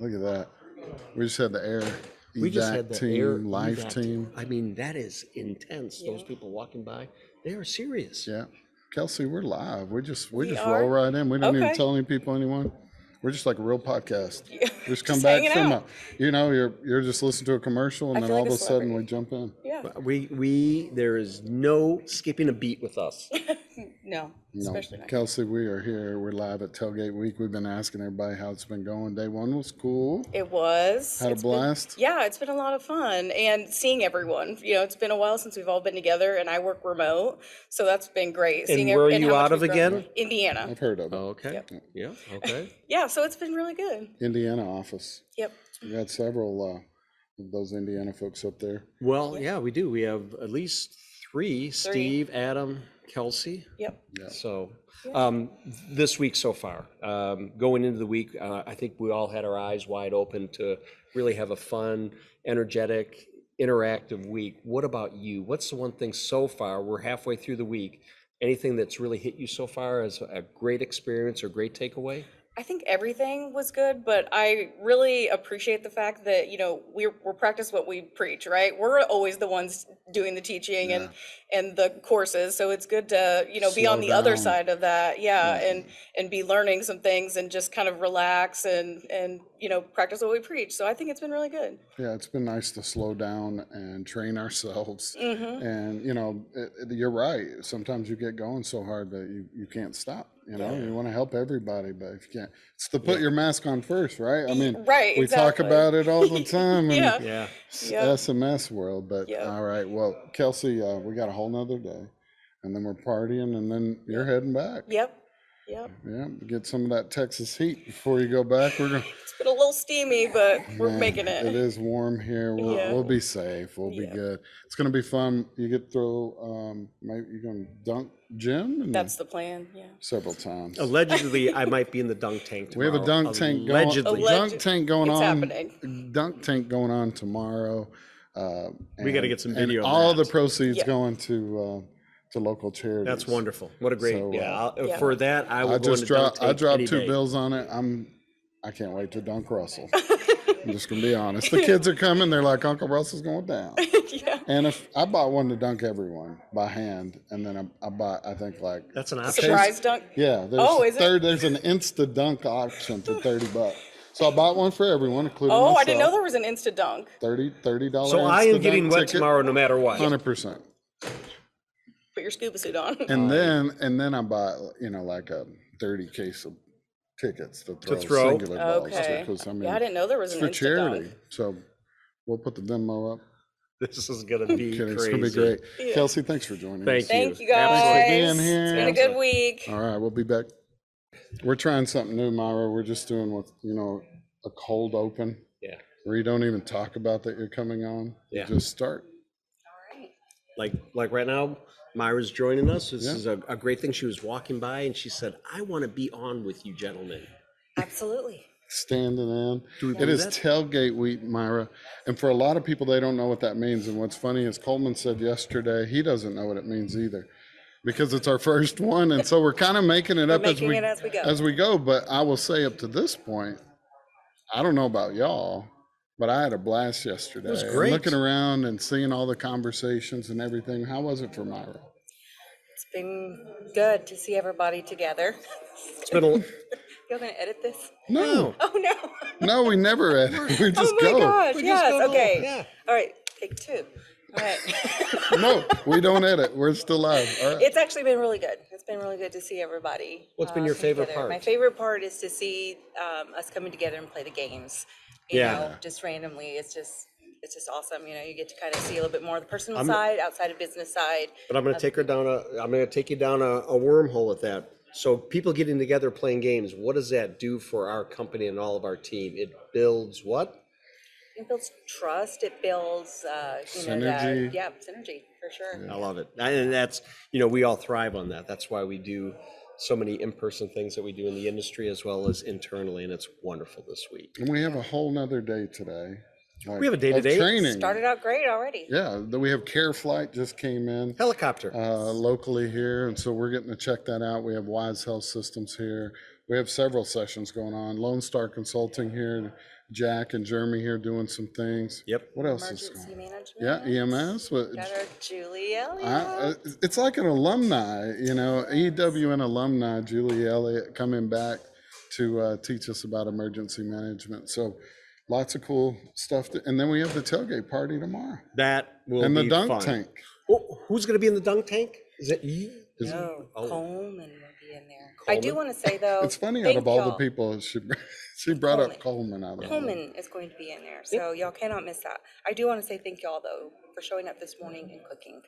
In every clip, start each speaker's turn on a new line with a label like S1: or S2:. S1: Look at that. We just had the air.
S2: We just
S1: evac
S2: had the
S1: team,
S2: air
S1: life
S2: evac
S1: team.
S2: I mean, that is intense. Those people walking by, they are serious.
S1: Yeah. Kelsey, we're live. We just we,
S3: We
S1: just
S3: are?
S1: roll right in. We didn't even
S3: Okay.
S1: tell any people anyone. We're just like a real podcast. We Just come
S3: Just
S1: back
S3: hanging
S1: from a,
S3: out.
S1: you know, you're you're just listening to a commercial and
S3: I
S1: then
S3: feel
S1: all
S3: like
S1: of
S3: a
S1: a sudden
S3: celebrity.
S1: we jump in.
S3: Yeah.
S2: We we there is no skipping a beat with us.
S3: No,
S1: No,
S3: especially not.
S1: Kelsey, we are here. We're live at Tailgate Week. We've been asking everybody how it's been going. Day one was cool.
S3: It was.
S1: Had a
S3: it's been-
S1: blast.
S3: yeah, it's been a lot of fun and seeing everyone. You know, it's been a while since we've all been together, and I work remote, so that's been great.
S2: And
S3: seeing
S2: where are
S3: ev- and
S2: you
S3: how much
S2: out of
S3: we've grown.
S2: again? Oh,
S3: Indiana.
S1: I've heard of it.
S2: Okay. Yeah. Okay.
S3: Yeah, so it's been really good.
S1: Indiana office.
S3: Yep.
S1: We had several uh, of those Indiana folks up there.
S2: Well, yeah, we do. We have at least three: Steve, Adam, Kelsey.
S3: Yep.
S2: So, um, this week so far, um, going into the week, uh, I think we all had our eyes wide open to really have a fun, energetic, interactive week. What about you? What's the one thing so far? We're halfway through the week. Anything that's really hit you so far as a great experience or great takeaway?
S3: I think everything was good, but I really appreciate the fact that you know we're we're practice what we preach, right? We're always the ones doing the teaching and and the courses, so it's good to you know be on
S1: Slow
S3: the other
S1: down.
S3: side of that, yeah, and and be learning some things and just kind of relax and and you know practice what we preach. So I think it's been really good.
S1: Yeah, it's been nice to slow down and train ourselves.
S3: Mm-hmm.
S1: And you know, it, it- you're right. Sometimes you get going so hard that you, you can't stop. You know, you want to help everybody, but if you can't, it's to put your mask on first, right? I mean,
S3: right,
S1: We
S3: exactly.
S1: talk about it all the time.
S3: Yeah.
S1: in
S2: Yeah.
S1: s-
S3: Yeah.
S1: SMS world, but
S3: Yeah.
S1: all right. Well, Kelsey, uh, we got a whole nother day, and then we're partying, and then you're heading back.
S3: Yep, yep.
S1: Yeah, get some of that Texas heat before you go back. We're gonna.
S3: It's been a little steamy, but we're
S1: Yeah,
S3: making
S1: It
S3: it.
S1: is warm here. We'll,
S3: Yeah.
S1: we'll be safe. We'll be
S3: Yeah.
S1: good. It's gonna be fun. You get through. Um, maybe you're gonna dunk Jim and
S3: That's the plan. Yeah.
S1: several times.
S2: Allegedly, I might be in the dunk tank
S1: we have
S2: tomorrow.
S1: a dunk tank going.
S2: Allegedly.
S3: Alleg-
S1: Dunk tank going
S3: It's
S1: on.
S3: happening.
S1: Dunk tank going on tomorrow. Uh,
S2: We gotta
S1: and-
S2: get some
S1: and
S2: video of
S1: all
S2: that.
S1: the proceeds
S3: Yeah.
S1: going to uh, to local charities.
S2: That's wonderful. What a great,
S1: So, uh,
S2: yeah, I'll-
S3: Yeah.
S2: For that, I will
S1: I
S2: go
S1: just
S2: into dunk
S1: dropped. I
S2: tank any
S1: dropped two
S2: day.
S1: bills on it. I'm. I can't wait to dunk Russell. I'm just gonna be honest. The kids are coming. They're like, Uncle Russell's going down.
S3: yeah.
S1: And if I bought one to dunk everyone by hand, and then I, I bought, I think like
S2: That's an option.
S3: Surprise dunk.
S1: yeah, there's
S3: Oh, is it?
S1: third, there's an insta dunk option for thirty bucks. So I bought one for everyone, including
S3: Oh,
S1: myself.
S3: I didn't know there was an Insta dunk.
S1: thirty thirty dollars.
S2: So I am getting wet tomorrow no matter what.
S1: Hundred percent.
S3: Put your scuba suit on.
S1: And then and then I bought you know like a thirty case of tickets to throw,
S2: throw?
S1: singular balls
S3: Okay.
S1: because I mean
S3: yeah, I didn't know there was
S1: it's
S3: an
S1: for
S3: Insta
S1: charity.
S3: dunk.
S1: So we'll put the Venmo up.
S2: This is gonna be
S1: Kidding.
S2: crazy.
S1: It's gonna be great.
S3: Yeah.
S1: Kelsey, thanks for joining.
S2: Thank
S1: us.
S3: Thank
S2: you.
S3: you guys.
S1: Thanks for being
S3: It's
S1: here.
S3: been a good week.
S1: All right, we'll be back. We're trying something new, Myra. We're just doing what you know, a cold open
S2: Yeah,
S1: where you don't even talk about that you're coming on.
S2: Yeah.
S1: You just start.
S2: like like right now, Myra's joining us. This
S1: Yeah.
S2: is a, a great thing. She was walking by and she said, "I want to be on with you, gentlemen."
S3: Absolutely.
S1: standing in.
S2: Do we
S1: It
S2: do
S1: is
S2: that?
S1: tailgate week, Myra. And for a lot of people, they don't know what that means. And what's funny is Coleman said yesterday he doesn't know what it means either because it's our first one. And so we're kind of making it up as
S3: making
S1: we,
S3: it as we go.
S1: go. But I will say, up to this point, I don't know about y'all. But I had a blast yesterday.
S2: was
S1: And
S2: great.
S1: Looking around and seeing all the conversations and everything. How was it for Myra?
S3: It's been good to see everybody together.
S2: It's been a,
S3: You're going to edit this?
S1: No,
S3: Oh, no.
S1: no, we never had. We just
S3: oh, my
S1: go.
S3: gosh.
S2: We just
S3: yes.
S2: go live,
S3: okay.
S2: yeah.
S3: All right. Take two. All right.
S1: No, we don't edit. We're still live. All right.
S3: It's actually been really good. It's been really good to see everybody. uh,
S2: What's been your
S3: come
S2: favorite
S3: together. My
S2: part?
S3: favorite part is to see um, us coming together and play the games. You
S2: Yeah.
S3: know, just randomly. It's just it's just awesome. You know, you get to kind of see a little bit more of the personal
S2: I'm-
S3: side, outside of business side.
S2: but I'm gonna take her down a. I'm gonna take you down a, a wormhole at that. So people getting together playing games. What does that do for our company and all of our team? It builds what?
S4: It builds trust, it builds, uh, you know,
S1: Synergy.
S4: that, yeah, synergy, for sure.
S2: I love it. I- And that's, you know, we all thrive on that. That's why we do so many in-person things that we do in the industry as well as internally, and it's wonderful this week.
S1: And we have a whole nother day today. like,
S2: We have a day
S1: of
S2: today.
S1: Training.
S4: Started out great already.
S1: Yeah, th- we have Care Flight just came in
S2: Helicopter.
S1: uh, locally here, and so we're getting to check that out. We have Wise Health Systems here. We have several sessions going on. Lone Star Consulting here, Jack and Jeremy here doing some things.
S2: Yep.
S1: What else is
S4: Emergency
S1: going? on?
S4: management.
S1: Yeah, EMS. What,
S4: Got our Julie Elliott.
S1: I, uh, it's like an alumni, you know, EWN alumni, Julie Elliott, coming back to uh, teach us about emergency management. So lots of cool stuff. To, and then we have the tailgate party tomorrow
S2: That will
S1: and the
S2: be
S1: dunk
S2: fun.
S1: tank.
S2: Oh, who's going to be in the dunk tank? Is that you?
S1: Is-
S4: No,
S2: Oh.
S4: Coleman will be in there. I do
S2: Coleman?
S4: want to say though.
S1: It's funny out
S4: thank
S1: of all the
S4: y'all.
S1: people, she, she brought up Coleman out of all of them.
S4: Coleman is going to be in there, so y'all cannot miss that. I do want to say thank y'all though for showing up this morning and cooking.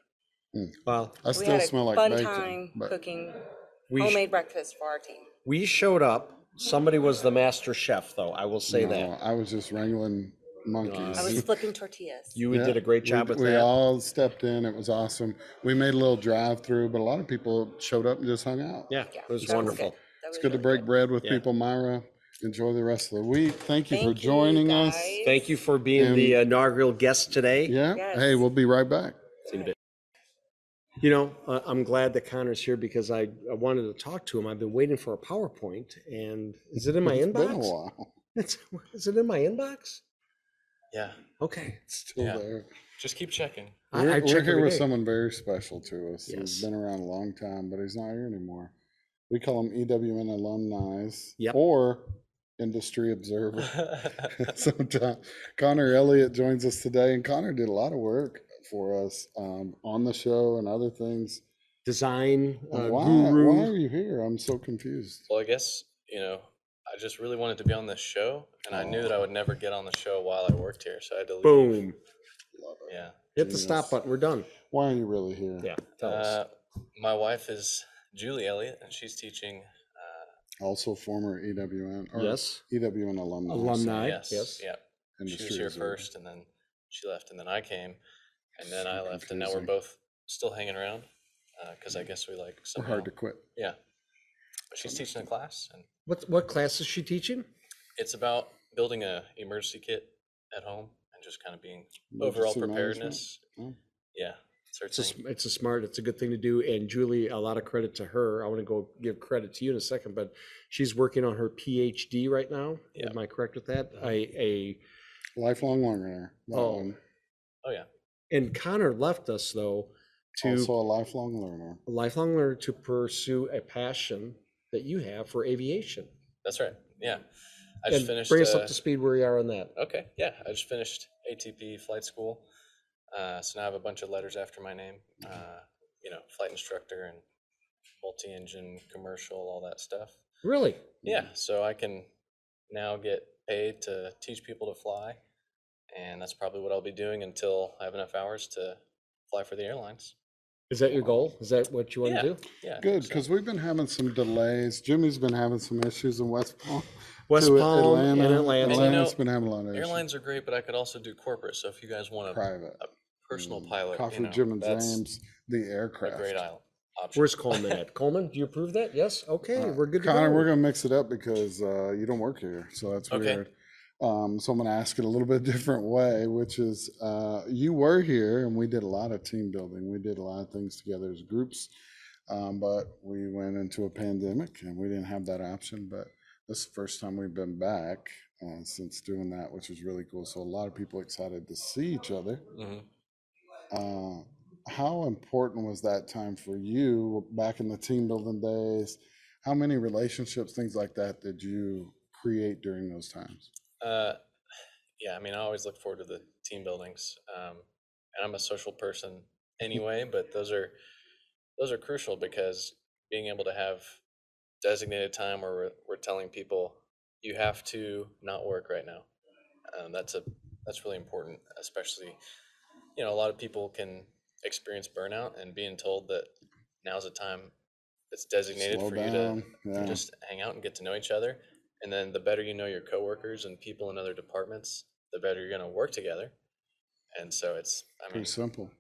S2: Hmm. Well,
S1: I
S4: We
S1: still
S4: had a
S1: smell like
S4: fun
S1: bacon.
S4: time
S1: but
S4: cooking
S2: we, sh-
S4: homemade breakfast for our team.
S2: we showed up. Somebody was the master chef, though. I will say
S1: no,
S2: that.
S1: I was just wrangling monkeys.
S4: I was flipping tortillas.
S2: You did a great job
S1: we,
S2: with
S1: we
S2: that.
S1: all stepped in. It was awesome. We made a little drive through, but a lot of people showed up and just hung out.
S2: yeah,
S4: Yeah,
S2: it was
S4: that
S2: wonderful.
S4: good. That
S1: It's
S4: was
S1: good to
S4: really
S1: break bread with
S2: Yeah.
S1: people, Myra. Enjoy the rest of the week. Thank you for
S4: Thank you,
S1: joining us.
S4: guys.
S2: Thank you for being the uh, inaugural guest today.
S1: Yeah.
S4: Yes.
S1: Hey, we'll be right back.
S2: in a bit. You know, uh, I'm glad that Connor's here because I, I wanted to talk to him. I've been waiting for a PowerPoint, and is it in my
S1: It's been a
S2: inbox?
S1: while.
S2: It's, is it in my inbox?
S5: Yeah,
S2: Okay.
S1: It's still
S5: Yeah.
S1: there.
S5: just keep checking.
S2: I-
S1: We're,
S2: I
S1: we're
S2: check
S1: here
S2: every
S1: with
S2: day.
S1: someone very special to us.
S2: Yes.
S1: He's been around a long time, but he's not here anymore. We call him E EWN alumni
S2: Yep.
S1: or industry observer. Sometimes Connor Elliott joins us today, and Connor did a lot of work for us um, on the show and other things.
S2: Design uh,
S1: Why,
S2: guru.
S1: why are you here? I'm so confused.
S5: well, I guess you know, I just really wanted to be on this show, and I knew that I would never get on the show while I worked here, so I had to leave.
S2: Boom.
S5: Yeah.
S2: Hit the stop
S1: Genius.
S2: button. We're done.
S1: Why are you really here?
S2: Yeah. Tell us.
S5: Uh, my wife is Julie Elliott, and she's teaching. Uh,
S1: Also former EWN or
S2: Yes.
S1: EWN alumni.
S2: Alumni.
S5: yes.
S2: Yes.
S5: Yeah. She
S1: industry
S5: was here
S1: observer.
S5: first, and then she left, and then I came, and then I
S1: So
S5: left, and now we're
S1: confusing.
S5: both still hanging around because I guess we like.
S1: We're
S5: Somehow,
S1: hard to quit.
S5: Yeah. But she's teaching a class, and
S2: What what class is she teaching?
S5: it's about building a emergency kit at home and just kind of being overall
S1: Emergency management.
S5: preparedness.
S1: Oh.
S5: Yeah, it's her
S2: It's a,
S5: thing.
S2: sm- it's a smart, it's a good thing to do. And Julie, a lot of credit to her. I want to go give credit to you in a second, but she's working on her PhD right now.
S5: Yeah.
S2: Am I correct with that? A,
S1: Mm-hmm. Lifelong learner. that
S2: Oh,
S1: one.
S5: Oh yeah,
S2: a, and Connor left us though to
S1: also a lifelong learner.
S2: a lifelong learner to pursue a passion that you have for aviation.
S5: that's right. Yeah, I just
S2: And
S5: finished.
S2: Bring us up
S5: uh,
S2: to speed where you are on that.
S5: Okay, yeah, I just finished ATP flight school, uh, so now I have a bunch of letters after my name.
S2: Mm-hmm.
S5: Uh, you know, flight instructor and multi-engine commercial, all that stuff.
S2: Really?
S5: Yeah,
S2: Mm-hmm.
S5: so I can now get paid to teach people to fly, and that's probably what I'll be doing until I have enough hours to fly for the airlines.
S2: Is that your goal? Is that what you want
S5: Yeah.
S2: to do?
S5: Yeah, I think
S1: Good,
S5: so.
S1: because we've been having some delays. Jimmy's been having some issues in West Palm.
S2: West
S1: to
S2: Palm and Atlanta.
S5: And you
S1: Atlanta's
S5: know,
S1: been having a lot of issues.
S5: Airlines are great, but I could also do corporate. So if you guys want a
S1: Private.
S5: personal
S1: Mm.
S5: pilot,
S1: Coffee,
S5: you know,
S1: Jim, and
S5: that's
S1: James, the
S5: a
S1: aircraft.
S5: great aisle option.
S2: Where's Coleman at? Coleman, do you approve that? Yes? Okay,
S1: Uh,
S2: we're good to go.
S1: Connor, we're gonna mix it up because uh, you don't work here, so that's
S5: Okay.
S1: weird. Um, so I'm gonna ask it a little bit different way, which is, uh, you were here and we did a lot of team building. We did a lot of things together as groups, um, but we went into a pandemic and we didn't have that option. But this is the first time we've been back uh, since doing that, which is really cool. So a lot of people excited to see each other.
S5: hmm
S1: Uh, how important was that time for you back in the team building days? How many relationships, things like that, did you create during those times?
S5: Uh, yeah, I mean, I always look forward to the team buildings, um, and I'm a social person
S1: Mm-hmm.
S5: anyway. but those are those are crucial because being able to have designated time where we're, we're telling people you have to not work right now. Um, that's a that's really important, especially you know a lot of people can experience burnout and being told that now's a time that's designated
S1: Slow
S5: for you to
S1: down.
S5: you
S1: yeah.
S5: just hang out and get to know each other and then the better you know your coworkers and people in other departments the better you're going to work together. And so it's, I mean,
S1: Pretty simple.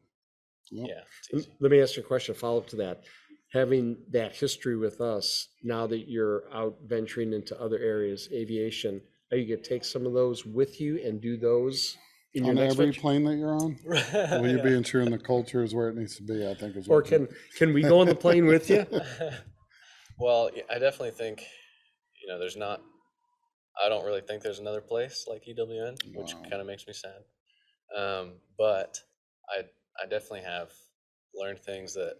S1: Yep.
S5: yeah, it's
S2: L-
S5: easy.
S2: Let me ask you a question, follow up to that. Having that history with us, now that you're out venturing into other areas, aviation, are you gonna take some of those with you and do those in your
S1: On
S2: next
S1: every
S2: venture?
S1: plane that you're on, will you
S5: Yeah.
S1: be ensuring the culture is where it needs to be? I think is
S2: Or
S1: what you-
S2: can, can we go on the plane with you?
S5: well, y- I definitely think, you know, there's not. I don't really think there's another place like EWN, which
S1: Wow.
S5: kind of makes me sad. Um, but I I definitely have learned things that,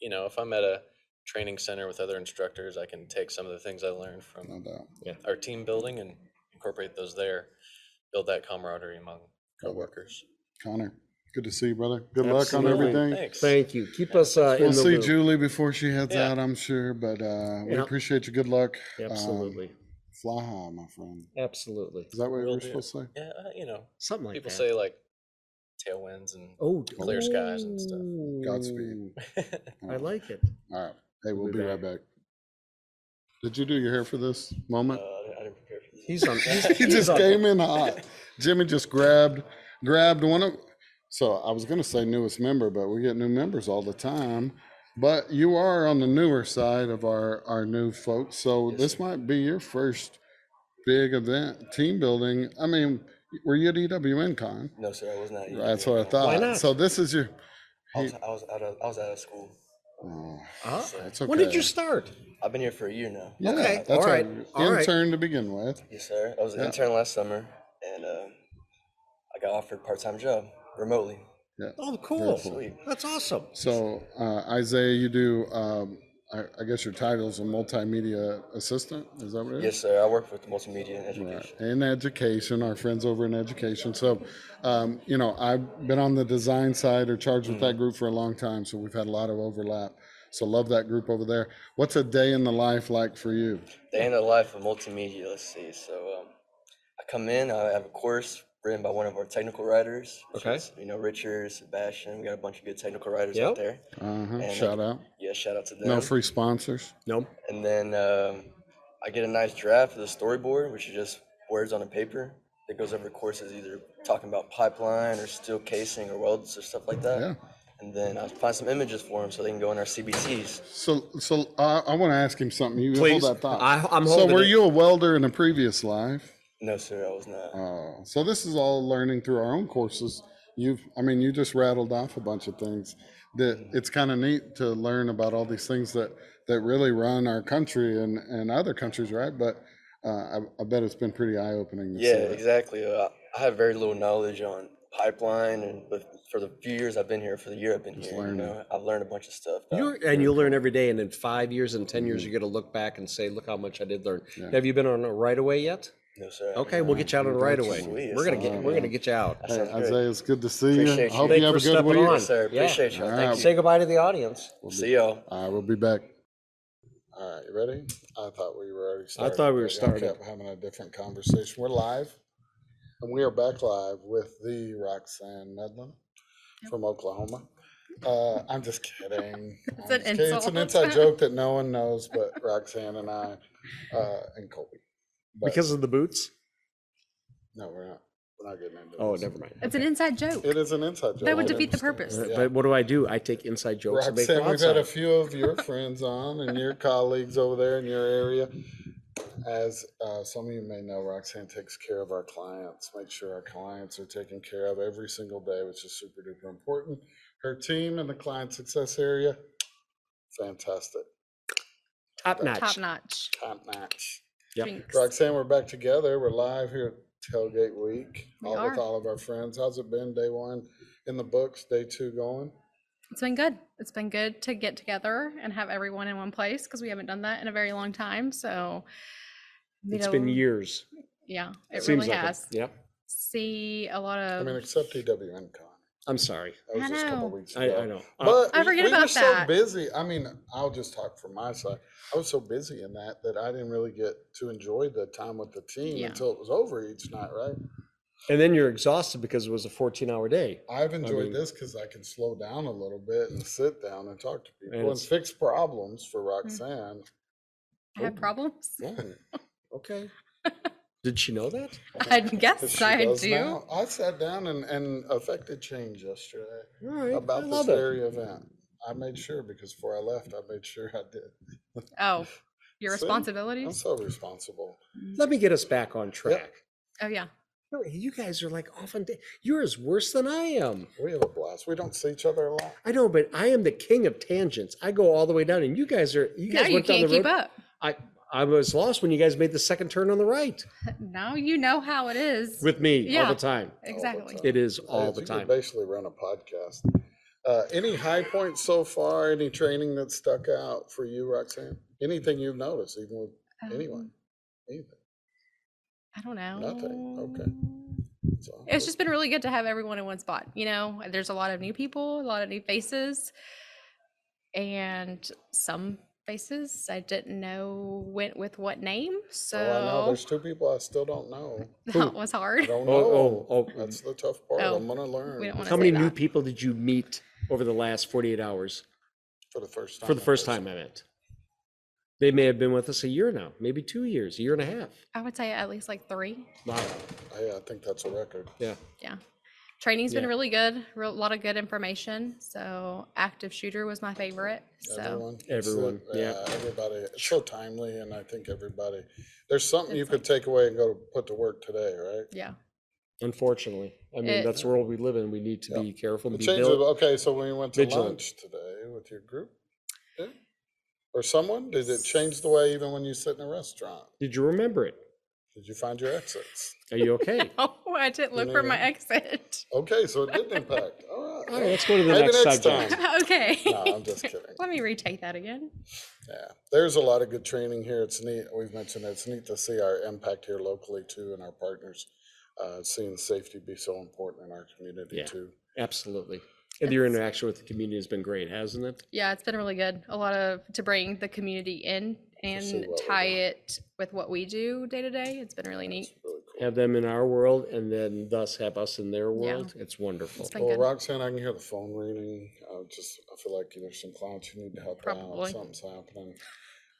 S5: you know, if I'm at a training center with other instructors, I can take some of the things I learned from
S1: no doubt.
S5: our team building and incorporate those there, build that camaraderie among
S1: Love it.
S5: coworkers.
S1: Connor, good to see you, brother. Good
S2: Absolutely.
S1: luck on everything.
S5: Thanks.
S2: Thank you. Keep us uh, in
S1: We'll
S2: the
S1: see
S2: loop.
S1: Julie before she heads
S5: Yeah.
S1: out, I'm sure. But uh, we
S2: Yeah.
S1: appreciate you. Good luck. Um,
S2: Absolutely,
S1: fly high, my friend.
S2: absolutely.
S1: Is that what we
S5: Will
S1: were
S5: do.
S1: supposed to say?
S5: Yeah, uh, you know,
S2: Something like that.
S5: people say like tailwinds and
S2: Oh.
S5: clear skies and stuff.
S1: Godspeed.
S2: oh, I like it.
S1: All right. Hey, we'll
S2: be
S1: be right back. Did you do your hair for this moment?
S5: Uh, I didn't prepare for this.
S2: He's on. he's-
S1: he
S2: he's
S1: just
S2: on-
S1: came in hot. Jimmy just grabbed grabbed one of. So I was gonna say newest member, but we get new members all the time. But you are on the newer side of our our new folks, so
S5: Yes,
S1: this
S5: sir.
S1: might be your first big event, team building. I mean, were you at EWN Con?
S6: No, sir, I was not. either.
S1: That's what I
S6: No.
S1: thought.
S2: not?
S1: So this is your.
S6: I was, I was out of I was out of school.
S1: Oh,
S2: Ah,
S1: that's okay.
S2: When did you start?
S6: I've been here for a year now.
S1: Yeah,
S2: Okay,
S1: that's
S2: all
S1: our
S2: right, all right.
S1: Intern to begin with.
S6: Yes, sir. I was an
S1: Yeah.
S6: intern last summer, and um, I got offered a part-time job remotely.
S2: Oh, cool.
S1: cool.
S6: Sweet.
S2: That's awesome.
S1: So uh, Isaiah, you do. Um, I, I guess your title is a multimedia assistant. Is that what it is?
S6: Yes, sir. I work with multimedia and education.
S1: Right. In education, our friends over in education. So, um, you know, I've been on the design side or charged with
S6: Mm-hmm.
S1: that group for a long time. So we've had a lot of overlap. So love that group over there. What's a day in the life like for you?
S6: The end of the life of multimedia. Let's see. So um, I come in. I have a course written by one of our technical writers. which
S2: Okay.
S6: is, you know, Richard, Sebastian. We got a bunch of good technical writers
S2: Yep.
S6: out there.
S1: Uh-huh.
S6: And uh,
S1: Shout out.
S6: Oh, Yeah, shout out to them.
S1: No free sponsors.
S2: No.
S6: And then um, I get a nice draft of the storyboard, which is just words on a paper that goes over courses, either talking about pipeline or steel casing or welds or stuff like that.
S1: Yeah.
S6: And then I find some images for them so they can go in our CBTs.
S1: So, so I, I want to ask him something. You
S2: Please.
S1: hold that thought.
S2: I, I'm
S1: so
S2: holding.
S1: were
S2: it.
S1: you a welder in a previous life?
S6: No, sir, I was not.
S1: Oh, so this is all learning through our own courses. You've, I mean, you just rattled off a bunch of things that it's kind of neat to learn about all these things that, that really run our country and, and other countries, right? But uh, I, I bet it's been pretty eye opening. to see
S6: yeah,
S1: that.
S6: exactly. Uh, I have very little knowledge on pipeline, and but for the few years I've been here, for the year I've been
S1: Just
S6: here,
S1: learning.
S6: you know, I've learned a bunch of stuff. about-
S2: You're, and you learn every day, and in five years and 10 years, you're going to look back and say, "Look how much I did learn."
S1: Yeah.
S2: Have you been on a right away yet?
S6: no, sir. I
S2: Okay, we'll get you out on a
S1: Yeah,
S2: right
S1: that's
S2: away.
S6: sweet.
S2: We're gonna
S6: That's
S2: get
S1: awesome.
S2: we're gonna get you out.
S6: That
S1: Hey,
S6: sounds
S2: uh,
S6: great.
S1: Isaiah, it's good to see
S6: Appreciate
S1: you. I hope
S6: you.
S1: you have a
S2: Thanks
S1: good
S2: for stepping
S1: week.
S2: on.
S6: Yes, sir.
S2: Yeah.
S6: Appreciate you.
S1: All
S6: Thank
S1: right.
S6: you.
S2: Say goodbye to the audience.
S6: See y'all.
S1: All right, we'll be back. All right, you ready? I thought we were already started.
S2: thought we were
S1: but we ended
S2: started.
S1: up Having a different conversation. We're live, and we are back live with the Roxanne Medlin from Oklahoma. Uh, I'm just kidding. I'm just
S7: an
S1: kidding. It's an
S7: insult.
S1: inside joke that no one knows but Roxanne and I, uh, and Colby. But-
S2: Because of the boots?
S1: No, we're not, we're not getting into
S2: Oh,
S1: this.
S2: never mind.
S7: It's an inside joke.
S1: It is an inside joke.
S7: That would
S1: I
S7: defeat the
S1: understand.
S7: purpose.
S2: Uh,
S1: Yeah.
S2: But what do I do? I take inside jokes and make them
S1: Roxanne, we've had a
S2: outside.
S1: few of your friends on and your colleagues over there in your area. As uh, some of you may know, Roxanne takes care of our clients, make sure our clients are taken care of every single day, which is super duper important. Her team in the client success area, fantastic.
S2: Top
S7: Top
S2: notch.
S7: notch.
S1: Top notch.
S2: Yep.
S7: Drinks.
S1: Roxanne, we're back together. We're live here at Tailgate Week
S7: We
S1: all with
S7: are.
S1: all of our friends. How's it been? Day one in the books, day two going?
S7: It's been good. It's been good to get together and have everyone in one place because we haven't done that in a very long time. So you
S2: It's been
S7: know,
S2: years.
S7: Yeah, it
S2: Seems
S7: really
S2: like it.
S7: has.
S2: Yep.
S7: See a lot
S1: I
S7: of.
S1: mean, except EWN Con.
S2: I'm sorry.
S1: That was
S7: I
S1: just a couple
S7: know.
S1: weeks
S2: I,
S1: ago.
S2: I know. Uh,
S1: But
S7: I
S1: we-
S7: forget
S1: we were
S7: about
S1: so
S7: that.
S1: busy. I mean, I'll just talk from my side. I was so busy in that that I didn't really get to enjoy the time with the team
S7: Yeah.
S1: until it was over each night, right?
S2: and then you're exhausted because it was a 14 hour day.
S1: I've enjoyed
S2: mean-
S1: this because I can slow down a little bit and sit down and talk to people and,
S2: it's-
S1: fix
S7: Hmm.
S1: problems for Roxanne.
S7: I have problems.
S2: Okay. Did she know that?
S7: I guess
S1: She
S7: I
S1: does
S7: do.
S1: now. I sat down and, and affected change yesterday
S2: All right. I
S1: about this
S2: love it.
S1: very event. I made sure because before I left, I made sure I did.
S7: Oh, your
S1: See? I'm
S7: responsibilities?
S1: so responsible.
S2: Let me get us back on track.
S7: Oh, yeah.
S2: No, You guys are like often, you're as worse than I am.
S1: We have a blast. We don't see each other a lot.
S2: I know, but I am the king of tangents. I go all the way down and you guys are, you
S7: Now
S2: guys
S7: you
S2: went down
S7: can't
S2: the
S7: keep
S2: road.
S7: up.
S2: I, I was lost when you guys made the second turn on the right
S7: Now you know how it is.
S2: with me all
S7: Yeah.
S2: the time.
S7: Exactly.
S2: It is all
S1: You
S2: the
S1: could
S2: time.
S1: Basically run a podcast. Uh, any high points so far? Any training that stuck out for you, Roxanne? Anything you've noticed, even with anyone?
S7: Um,
S1: Anything?
S7: I don't know.
S1: okay. It's all
S7: It's
S1: good.
S7: just been really good to have everyone in one spot. You know, there's a lot of new people, a lot of new faces, and some faces I didn't know went with what name. So
S1: Oh, I know. There's two people I still don't know.
S7: that was hard.
S1: I don't
S2: Oh,
S1: know.
S2: oh, oh.
S1: That's the tough part.
S7: Oh,
S1: I'm gonna learn
S7: We don't want to
S2: How many new people did you meet over the last 48 hours?
S1: for the first time.
S2: For the
S1: I
S2: first
S1: guess.
S2: time, I meant. They may have been with us a year now, maybe two years, a year and a half.
S7: I would say at least like three.
S2: Wow.
S1: I, I think that's a record.
S2: Yeah.
S7: Yeah. Training's been
S2: Yeah.
S7: really good. Real, a lot of good information. So active shooter was my favorite. So
S1: Everyone. it's
S2: Everyone,
S1: the-
S2: yeah.
S1: uh, Everybody. It's so timely, and I think everybody. There's something you
S7: It's
S1: could take away and go to put to work today, right?
S7: yeah.
S2: Unfortunately. I mean,
S3: Eh,
S7: It-
S2: that's the world we live in. We need to
S1: Yeah.
S2: be careful.
S1: It
S2: Be
S1: changes.
S2: vigilant.
S1: Okay, so when you went to
S2: vigilant.
S1: lunch today with your group, yeah? or someone, did it change the way even when you sit in a restaurant?
S2: Did you remember it?
S1: Did you find your exits?
S2: Are you okay?
S7: Oh, I didn't look for my exit.
S1: Okay, so it did impact. All
S2: All
S1: right.
S2: right, let's go to the
S1: Maybe
S2: next
S1: next
S2: subject.
S1: time.
S7: okay.
S1: No, I'm just kidding.
S7: Let me retake that again.
S1: Yeah, there's a lot of good training here. It's neat. We've mentioned it. it's neat to see our impact here locally too, and our partners uh, seeing safety be so important in our community
S2: Yeah.
S1: too.
S2: Absolutely. And your interaction with the community has been great, hasn't it?
S7: Yeah, it's been really good. A lot of to bring the community in
S1: see
S7: and
S1: what we're
S7: tie
S1: doing.
S7: it with what we do day to day. It's been really neat.
S1: It's really cool.
S2: Have them in our world and then thus have us in their world. It's wonderful.
S7: It's been
S1: Well,
S7: good.
S1: Roxanne, I can hear the phone ringing. I just I feel like there's some clients you need to help out.
S7: Probably.
S1: Something's happening.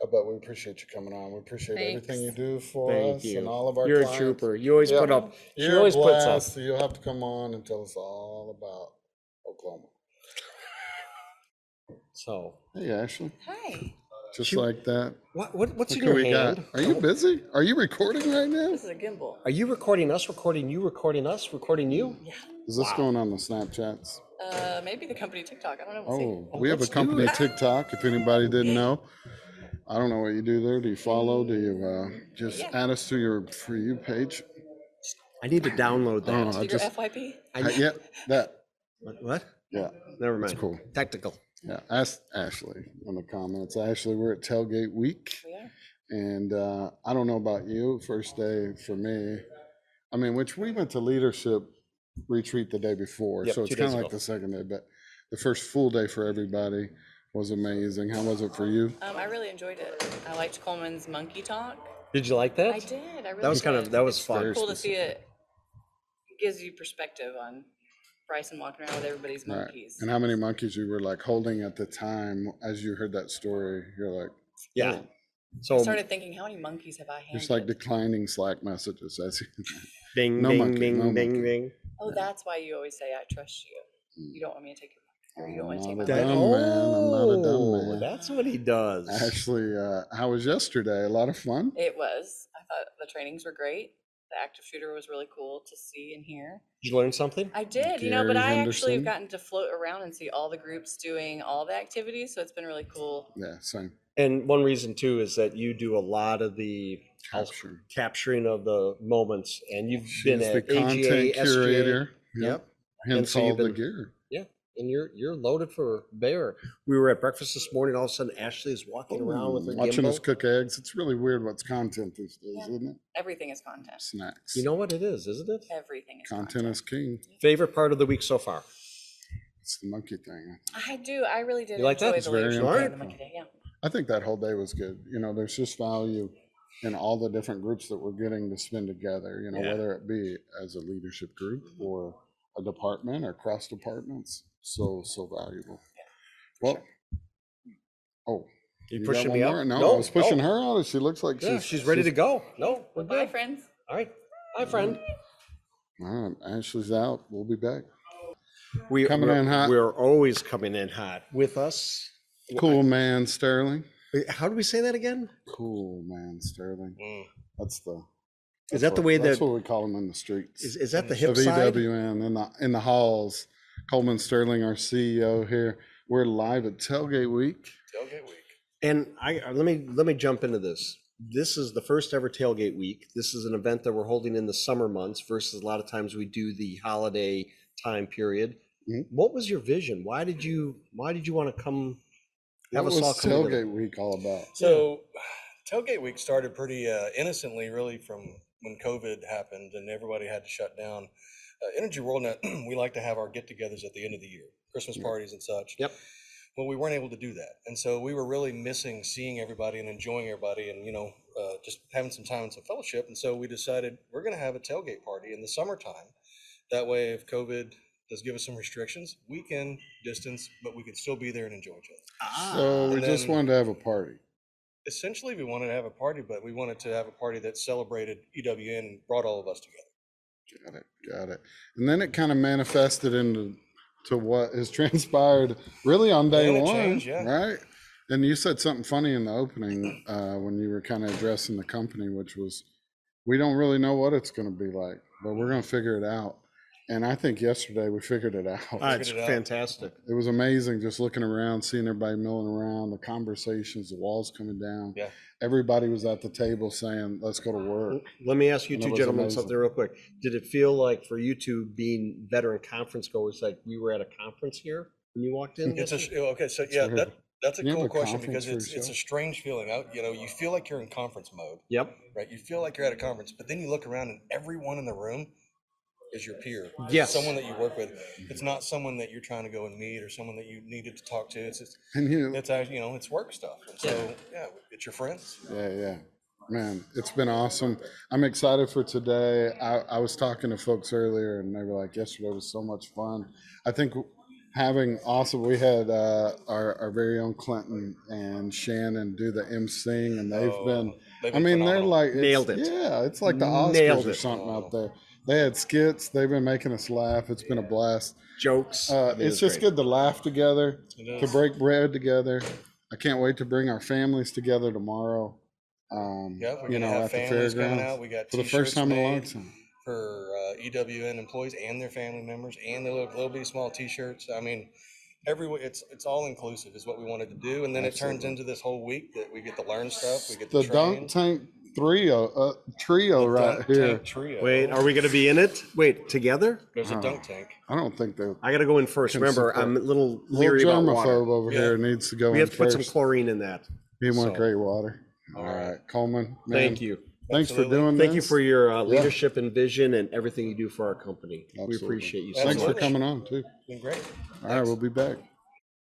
S1: Uh, But we appreciate you coming on. We appreciate everything you
S7: Thanks.
S1: do for
S2: Thank
S1: us
S2: you.
S1: and all of our
S2: You're
S1: clients.
S2: a trooper. You always
S1: Yeah.
S2: put up. She
S1: You're a
S2: always puts up.
S1: blast. You'll have to come on and tell us all about Oklahoma.
S2: So,
S1: Hey, Ashley.
S4: Hi.
S1: Just
S2: Shoot.
S1: like that.
S2: what, what, what's
S1: Look
S2: in
S1: who
S2: your
S1: we got.
S2: hand?
S1: Are you busy? Are you recording right now?
S4: This is a gimbal.
S2: Are you recording us, recording you, recording us, recording you?
S1: Is this going on the Snapchats?
S3: Uh, maybe the company TikTok. I don't know. We'll see.
S1: Oh, we have a
S2: let's do
S1: company
S2: it.
S1: TikTok. If anybody didn't know, I don't know what you do there. Do you follow? Do you uh, just add us to your for you page?
S2: I need to download
S1: I don't
S2: that.
S1: know. I
S3: Your
S1: just
S3: FYP.
S1: I, yeah that
S2: What- What?
S1: yeah
S2: Never mind.
S1: that's cool.
S2: Tactical.
S1: Yeah, ask Ashley in the comments. Ashley, we're at tailgate week,
S3: We are.
S1: and uh, I don't know about you. First day for me, I mean, which we went to leadership retreat the day before,
S2: Yep,
S1: so it's
S2: two
S1: kind
S2: days
S1: of like
S2: ago.
S1: the second day, but the first full day for everybody was amazing. How was it for you?
S3: Um, I really enjoyed it. I liked Coleman's monkey talk.
S2: Did you like
S3: I
S2: that?
S3: did. I really
S2: That was kind of
S3: did.
S2: that was
S1: very
S2: fun.
S3: cool to see it. It gives you perspective on Bryson walking around with everybody's
S1: Right.
S3: monkeys.
S1: And how many monkeys you were like holding at the time as you heard that story? You're like,
S2: Yeah.
S1: oh,
S3: I
S2: So
S3: started thinking, how many monkeys have I handled?
S1: just like declining Slack messages. As you,
S2: ding,
S1: No
S2: ding,
S1: monkey, no
S2: ding, ding,
S1: monkey.
S2: ding.
S3: oh, that's why you always say, "I trust you."
S1: Mm.
S3: You don't want me to take your monkey, or you don't want to take my
S1: Not
S3: monkey.
S1: a dumb man. I'm not a dumb
S2: Oh,
S1: man.
S2: That's what he does.
S1: Ashley, uh, how was yesterday? A lot of fun.
S3: It was. I thought the trainings were great. The active shooter was really cool to see and hear.
S2: Did you learn something?
S3: I did, you know, but
S1: Gary
S3: I actually
S1: Henderson.
S3: have gotten to float around and see all the groups doing all the activities, so it's been really cool.
S1: Yeah, same.
S2: And one reason too is that you do a lot of the I'll-
S1: Capture.
S2: capturing of the moments, and you've been
S1: She's the
S2: at AGA,
S1: content
S2: SGA,
S1: curator. Yep.
S2: Yep. And
S1: Hence
S2: so you've
S1: all the
S2: been-
S1: gear.
S2: and you're you're loaded for bear. We were at breakfast this morning. All of a sudden, Ashley is walking around with a
S1: Watching us
S2: gimbal.
S1: cook eggs. It's really weird what's content these days,
S3: Yeah.
S1: isn't it?
S3: Everything is content.
S1: Snacks.
S2: You know what it is, isn't it?
S3: Everything is content.
S1: content is king.
S2: Favorite part of the week so far.
S1: It's the monkey thing.
S3: I do. I really did
S2: You like that?
S3: enjoy
S2: It's
S3: the
S1: very
S3: leadership day and the
S1: impactful.
S3: monkey day. Yeah.
S1: I think that whole day was good. You know, there's just value in all the different groups that we're getting to spend together, you know,
S2: Yeah. Mm-hmm.
S1: whether it be as a leadership group or a department or cross departments. So, so valuable. Well, oh,
S2: You
S1: got
S2: pushing
S1: one
S2: me up?
S1: more? No, I was pushing her out. and She looks like
S2: Yeah,
S1: she's,
S2: she's ready to go. No, we're
S3: Bye,
S2: good.
S3: friends.
S2: All right. Bye, friend.
S1: All right, Ashley's out. We'll be back.
S2: We,
S1: Coming
S2: we're-
S1: in hot.
S2: We're always coming in hot. With us,
S1: Cool man Sterling.
S2: how do we say that again?
S1: Cool man Sterling.
S8: Mm.
S1: That's the.
S2: Is
S1: that's
S2: that the
S1: what-
S2: way
S1: That's
S2: that-
S1: what we call him in the streets. E
S2: Is, is that the hip
S1: Of
S2: side?
S1: EWN in the, in the halls. Coleman Sterling, our CEO here. We're live at Tailgate Week.
S6: Tailgate week.
S2: And I I- let me let me jump into this. This is the first ever tailgate week. This is an event that we're holding in the summer months versus a lot of times we do the holiday time period.
S1: Mhm.
S2: What was your vision? Why did you why did you want to come have
S1: What
S2: us all
S1: was
S2: come together?
S1: Tailgate Week all about?
S8: So tailgate week started pretty uh, innocently, really, from when COVID happened and everybody had to shut down. Uh, Energy World, now, we like to have our get-togethers at the end of the year, Christmas
S1: Yeah.
S8: parties and such.
S2: Yep.
S8: Well, we weren't able to do that, and so we were really missing seeing everybody and enjoying everybody, and you know, uh, just having some time and some fellowship. And so we decided we're going to have a tailgate party in the summertime. That way, if COVID does give us some restrictions, we can distance, but we can still be there and enjoy each other
S1: so we
S8: and
S1: just
S8: Ah, then-
S1: wanted to have a party.
S8: essentially we wanted to have a party, but we wanted to have a party that celebrated EWN and brought all of us together.
S1: Got it. Got it. And then it kind of manifested into to what has transpired really on day
S8: Then it
S1: one,
S8: changed, yeah.
S1: right? And you said something funny in the opening uh, when you were kind of addressing the company, which was, we don't really know what it's going to be like, but we're going to figure it out. And I think yesterday we figured it out.
S2: Ah, it's
S8: Figured it out.
S2: fantastic.
S1: It was amazing just looking around, seeing everybody milling around, the conversations, the walls coming down.
S8: Yeah.
S1: Everybody was at the table saying, let's go to work.
S2: Let me ask you
S1: And it
S2: two
S1: was
S2: gentlemen
S1: amazing.
S2: something real quick. Did it feel like for you two being veteran conference goers, like we were at a conference here when you walked in?
S8: It's a
S2: yesterday?
S8: sh- okay, so yeah,
S1: weird.
S8: that that's a
S1: You have
S8: cool
S1: a
S8: question
S1: conference
S8: because
S1: for
S8: it's it's a
S1: yourself?
S8: strange feeling. I, you know, you feel like you're in conference mode,
S2: Yep.
S8: right? You feel like you're at a conference, but then you look around and everyone in the room is your peer, It's
S2: Yes.
S8: someone that you work with.
S1: Mm-hmm.
S8: It's not someone that you're trying to go and meet or someone that you needed to talk to. It's it's,
S1: And you,
S8: it's uh, you know it's work stuff. And so yeah, it's your friends.
S1: Yeah, yeah. Man, it's been awesome. I'm excited for today. I, I was talking to folks earlier and they were like, yesterday was so much fun. I think having awesome, we had uh, our, our very own Clinton and Shannon do the emceeing and they've
S8: Oh,
S1: been,
S8: they've
S1: I
S8: been
S1: mean, they're
S8: phenomenal.
S1: like, it's-
S2: Nailed it.
S1: Yeah, it's like the
S2: Nailed
S1: Oscars or
S2: it. Oh,
S1: something out there. They had skits, they've been making us laugh. It's been a blast.
S2: Jokes. I
S1: Uh,
S2: mean, it
S1: it's
S2: was
S1: just
S2: great.
S1: good to laugh together,
S8: It
S1: to
S8: is.
S1: break bread together. I can't wait to bring our families together tomorrow. Um,
S8: Yeah, we're
S1: you
S8: gonna
S1: know,
S8: have
S1: at the
S8: families coming out.
S1: fairgrounds
S8: We got
S1: for the first
S8: t-shirts
S1: time in a long
S8: made.
S1: time.
S8: for uh, EWN employees and their family members and the little, little bitty small T-shirts. I mean, every it's it's all inclusive is what we wanted to do, and then it turns
S1: Absolutely.
S8: into this whole week that we get to learn stuff. We get
S1: The
S8: to train.
S1: Dunk Tank trio, uh, trio
S8: The
S1: right
S8: dunk
S1: here.
S8: Tank trio.
S2: Wait, are we going to be in it? Wait, together?
S8: There's
S1: Oh.
S8: a dunk tank.
S1: I don't think the
S2: I got to go in first.
S1: Can
S2: Remember,
S1: support.
S2: I'm a little
S1: little
S2: leery about water.
S1: germaphobe over
S8: Yeah.
S1: here needs to go
S2: We
S1: in
S2: have to put some
S1: first.
S2: chlorine in that.
S1: he want
S2: salt.
S1: great water. All
S8: right.
S1: right, Coleman. Man,
S2: Thank you.
S1: Thanks
S8: Absolutely.
S1: for doing
S2: Thank you
S1: this.
S2: for your uh,
S1: Yeah.
S2: leadership and vision and everything you do for our company. We
S1: Absolutely.
S2: appreciate you. so
S1: Thanks for
S2: much.
S8: Absolutely.
S1: coming on too.
S8: It's been great.
S1: All right, we'll be back.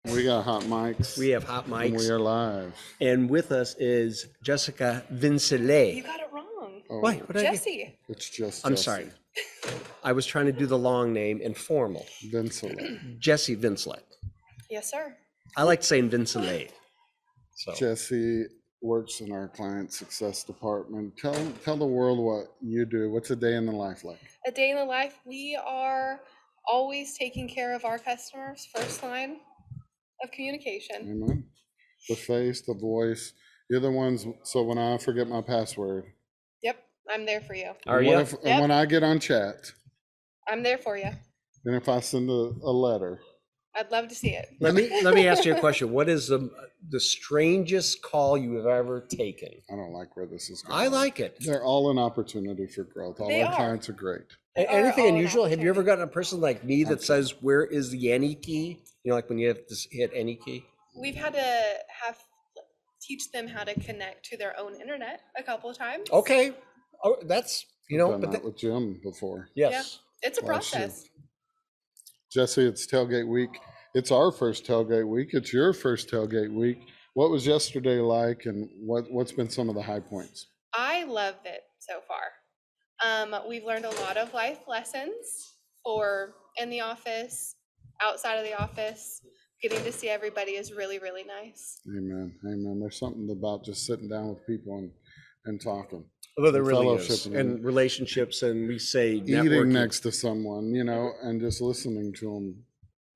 S1: We got hot mics.
S2: We have hot
S1: and we
S2: mics,
S1: are live.
S2: and with us is Jessica Vincelet.
S4: got it wrong.
S1: Oh,
S2: Why? What did I get?
S4: Jesse.
S1: It's just.
S2: I'm
S1: Jesse
S2: sorry. I was trying to do the long name and formal.
S1: Vincelet.
S2: Jesse Vincelet.
S4: Yes, sir.
S2: I like saying Vincelet. So
S1: Jesse works in our client success department. Tell tell the world what you do. What's a day in the life like?
S9: a day in the life. We are always taking care of our customers, first line of
S2: Mm.
S9: communication.
S1: Amen. The face, the voice. You're the ones. So when I forget my password,
S9: Yep, I'm there for you.
S2: are
S1: and
S2: you?
S1: what if- and when I get on chat,
S9: I'm there for you.
S1: and if I send a, a letter,
S9: I'd love to see it.
S2: let me let me ask you a question. What is the the strangest call you have ever taken?
S1: I don't like where this is going.
S2: I like it.
S1: They're all an opportunity for growth. All
S9: They
S1: our
S9: are.
S1: clients are great.
S2: A-
S9: are
S2: Anything
S9: all an
S2: unusual? Have you ever
S9: opportunity.
S2: gotten a person like me that says, "Where is the any key?" You know, like when you have to s- hit any key.
S9: We've had to have teach them how to connect to their own internet a couple of times.
S2: Okay, oh, that's you know,
S1: I've
S2: but
S1: done that
S2: tha-
S1: with Jim before.
S2: yes,
S9: It's a
S1: Bless you.
S9: process.
S1: Jesse, it's tailgate week. It's our first tailgate week. It's your first tailgate week. What was yesterday like, and what what's been some of the high points?
S9: I love it so far. Um, we've learned a lot of life lessons for in the office, outside of the office. Getting to see everybody is really, really nice.
S1: Amen, amen. There's something about just sitting down with people and and talking.
S2: Although there really
S1: Fellowship
S2: is,
S1: and-
S2: and relationships, and we say
S1: eating
S2: networking.
S1: next to someone, you know, and just listening to them.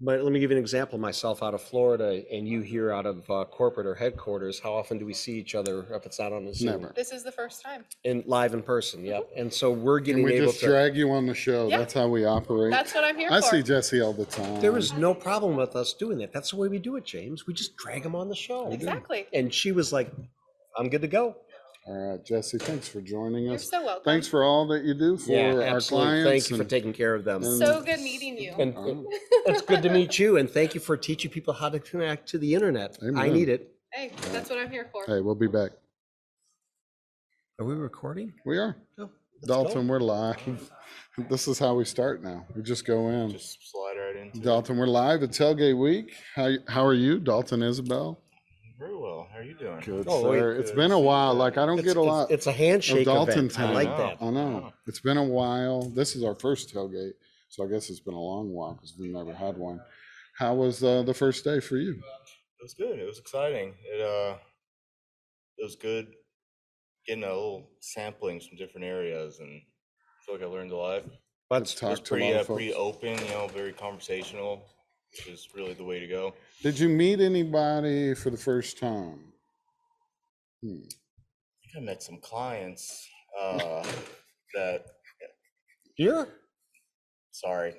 S2: But let me give you an example, myself out of Florida and you here out of uh, corporate or headquarters, how often do we see each other if it's not on a Zoom?
S1: Never.
S9: This is the first time.
S2: And live in person, yep. And so
S1: Mm-hmm.
S2: we're
S1: And
S2: getting
S1: we
S2: able
S1: just
S2: to,
S1: drag you on the show.
S9: Yeah.
S1: That's how we operate.
S9: That's what I'm here
S1: I
S9: for.
S1: see Jesse all the time.
S2: there is no problem with us doing that. That's the way we do it, James. We just drag them on the show.
S9: Exactly.
S2: And she was like, I'm good to go.
S1: All right, Jesse, thanks for joining
S9: You're
S1: us.
S9: so welcome.
S1: Thanks for all that you do for our
S2: absolutely.
S1: clients.
S2: Thank you for
S1: and-
S2: taking care of
S1: Um,
S2: them.
S9: So good meeting you.
S2: And
S4: Um,
S1: Oh.
S2: it's good to meet you and thank you for teaching people how to connect to the internet. I
S1: Amen.
S2: need it.
S9: Hey, that's what I'm here for.
S1: Hey, we'll be back.
S2: Are we recording?
S1: We are.
S2: No. Let's go.
S1: Dalton, we're live. This is how we start now. We just go in.
S10: Just slide right into it.
S1: Dalton, we're live at Tailgate Week. How, how are you, Dalton Isabel?
S10: Very well. How are you doing?
S1: Good,
S2: Oh, wait,
S1: sir. It's been a while. Like, I don't
S2: It's-
S1: get a
S2: it's-
S1: lot
S2: It's a
S1: of
S2: handshake
S1: Oh, Dalton
S2: event. I
S1: time. Oh,
S2: like that.
S1: I know. It's been a while. This is our first tailgate, so I guess it's been a long while because we've never had one. How was uh, the first day for you?
S10: It was good. It was exciting. It uh, it was good getting a little samplings from different areas, and I feel like I learned a lot.
S2: Let's
S10: It was
S1: Talked to a
S10: pretty
S1: lot
S10: uh,
S1: of folks.
S10: pretty open, you know, very conversational, which is really the way to go.
S1: Did you meet anybody for the first time? Hmm.
S10: I think I met some clients uh, that.
S2: Yeah.
S10: Sorry,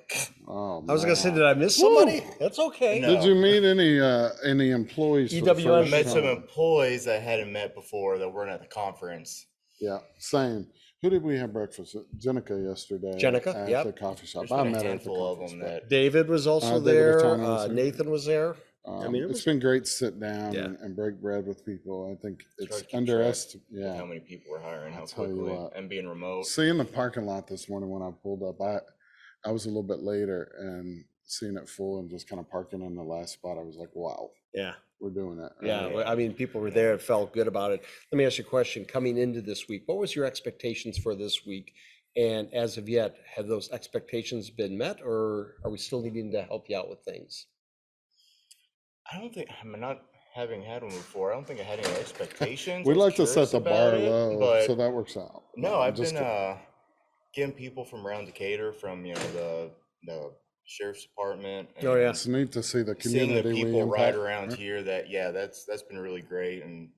S1: Oh,
S2: I was gonna say,
S1: man.
S2: did I miss somebody? That's okay.
S10: No.
S1: Did you meet any uh, any employees? for the
S2: EWM
S10: I
S1: first
S10: E met some
S1: time?
S10: employees I hadn't met before that weren't at the conference.
S1: Yeah, same. Who did we have breakfast with? Jenica yesterday.
S2: Jenica,
S1: at
S2: yep.
S1: the coffee shop.
S10: There's
S1: I
S10: been a
S1: met her at the
S10: handful of
S1: conference.
S10: them
S1: but,
S10: that
S2: David was
S1: Uh,
S2: also
S1: David was
S2: there.
S1: talking to
S2: uh,
S1: us.
S2: Nathan was there. I
S1: um,
S2: mean, it
S1: it's
S2: was-
S1: been great to sit down
S2: Yeah.
S1: and, and break bread with people. I think
S10: hard
S1: it's
S10: to keep track.
S1: underestimated.
S10: with how
S1: Yeah,
S10: many people were hiring,
S1: I'll
S10: how
S1: tell you
S10: quickly,
S1: what.
S10: and being remote.
S1: seeing the parking lot this morning when I pulled up, I I was a little bit later and seeing it full and just kind of parking in the last spot. I was like, wow,
S2: Yeah,
S1: we're doing it.
S2: yeah.
S1: right?
S2: well, I mean, people were there. It felt good about it. Let me ask you a question. Coming into this week, what was your expectations for this week? And as of yet, have those expectations been met, or are we still needing to help you out with things?
S10: I don't think I'm not having had one before. I don't think I had any expectations. I
S1: We
S10: was
S1: like to set
S10: curious
S1: the
S10: about
S1: bar
S10: it,
S1: low,
S10: but
S1: so that works out.
S10: no,
S1: I'm
S10: I've
S1: just
S10: been
S1: kidding.
S10: uh, getting people from around Decatur, from you know the the sheriff's department.
S2: Oh, yeah.
S10: and
S1: It's neat to see the
S10: seeing
S1: community
S10: the
S1: we
S10: people right
S1: impact,
S10: around
S1: right?
S10: here. That yeah, that's that's been really great, and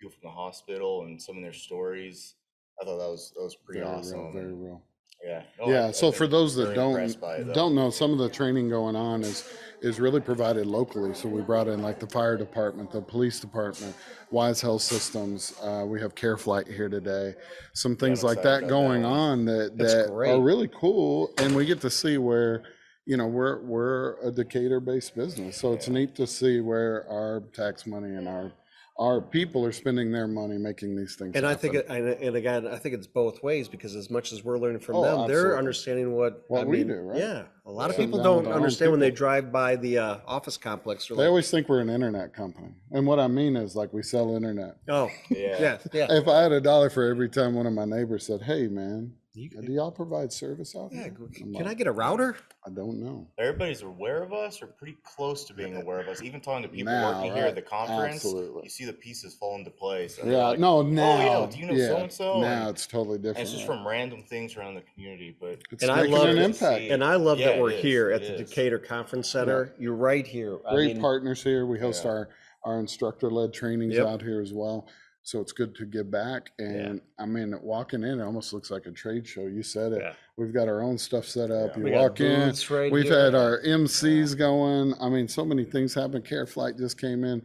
S10: people from the hospital and some of their stories. I thought that was that was pretty
S1: Very
S10: awesome.
S1: real, very
S10: and
S1: real.
S10: Yeah. no, Oh, I-
S1: Yeah,
S10: I've
S1: so for
S10: been
S1: those that
S10: very
S1: don't,
S10: impressed by it, though.
S1: don't know, some of the training going on is, is really provided locally. So we brought in like the fire department, the police department, Wise Health Systems, uh, we have Care Flight here today. Some things like
S10: excited
S1: that
S10: about that
S1: going
S10: one.
S1: on that,
S2: That's
S1: that
S2: great.
S1: are really cool. And we get to see where, you know, we're, we're a Decatur-based business. So it's neat to see where our tax money and our, our people are spending their money making these things
S2: And I think,
S1: happen.
S2: it- and, and again, I think it's both ways because as much as we're learning from
S1: Oh,
S2: them,
S1: absolutely.
S2: they're understanding what
S1: What
S2: I
S1: we
S2: mean,
S1: do, right?
S2: Yeah, a lot of
S1: Sit
S2: people
S1: down with
S2: don't
S1: our own
S2: understand when they
S1: people.
S2: drive by the uh, office complex. They're
S1: They
S2: like,
S1: always think we're an internet company. And what I mean is like we sell internet.
S2: oh,
S10: Yeah.
S2: yeah, yeah.
S1: If I had a dollar for every time one of my neighbors said, "Hey, man,
S2: You-
S1: do y'all provide service out
S2: yeah,
S1: here?"
S2: go-
S1: I'm
S2: Can I
S1: like,
S2: get a router?
S1: I don't know.
S10: everybody's aware of us or pretty close to being aware of us. Even talking to people
S1: Now,
S10: working here
S1: right,
S10: at the conference,
S1: absolutely.
S10: you see the pieces fall into place. and they're
S1: Yeah,
S10: like,
S1: no,
S10: yeah,
S1: now,
S10: do you know
S1: yeah,
S10: so-and-so?"
S1: Now
S10: And-
S1: it's totally different.
S10: and it's just
S1: right?
S10: from random things around the community, but
S1: It's
S2: and I
S1: making
S2: love
S1: an
S2: it.
S1: impact.
S10: See,
S2: And I love that
S10: Yeah,
S2: we're
S10: it is,
S2: here at
S10: it
S2: the
S10: is.
S2: Decatur Conference Center. You're right here. I
S1: Great
S2: mean,
S1: partners here. We host
S10: Yeah.
S1: our our instructor led trainings
S2: Yep.
S1: out here as well. So it's good to give back. And I mean, walking in, it almost looks like a trade show. You said it.
S2: Yeah.
S1: We've got our own stuff set up.
S10: Yeah.
S1: You
S2: we got
S1: walk in,
S2: booths right
S1: We've
S2: here.
S1: had our MCs going. I mean, so many things happen. Care Flight just came in.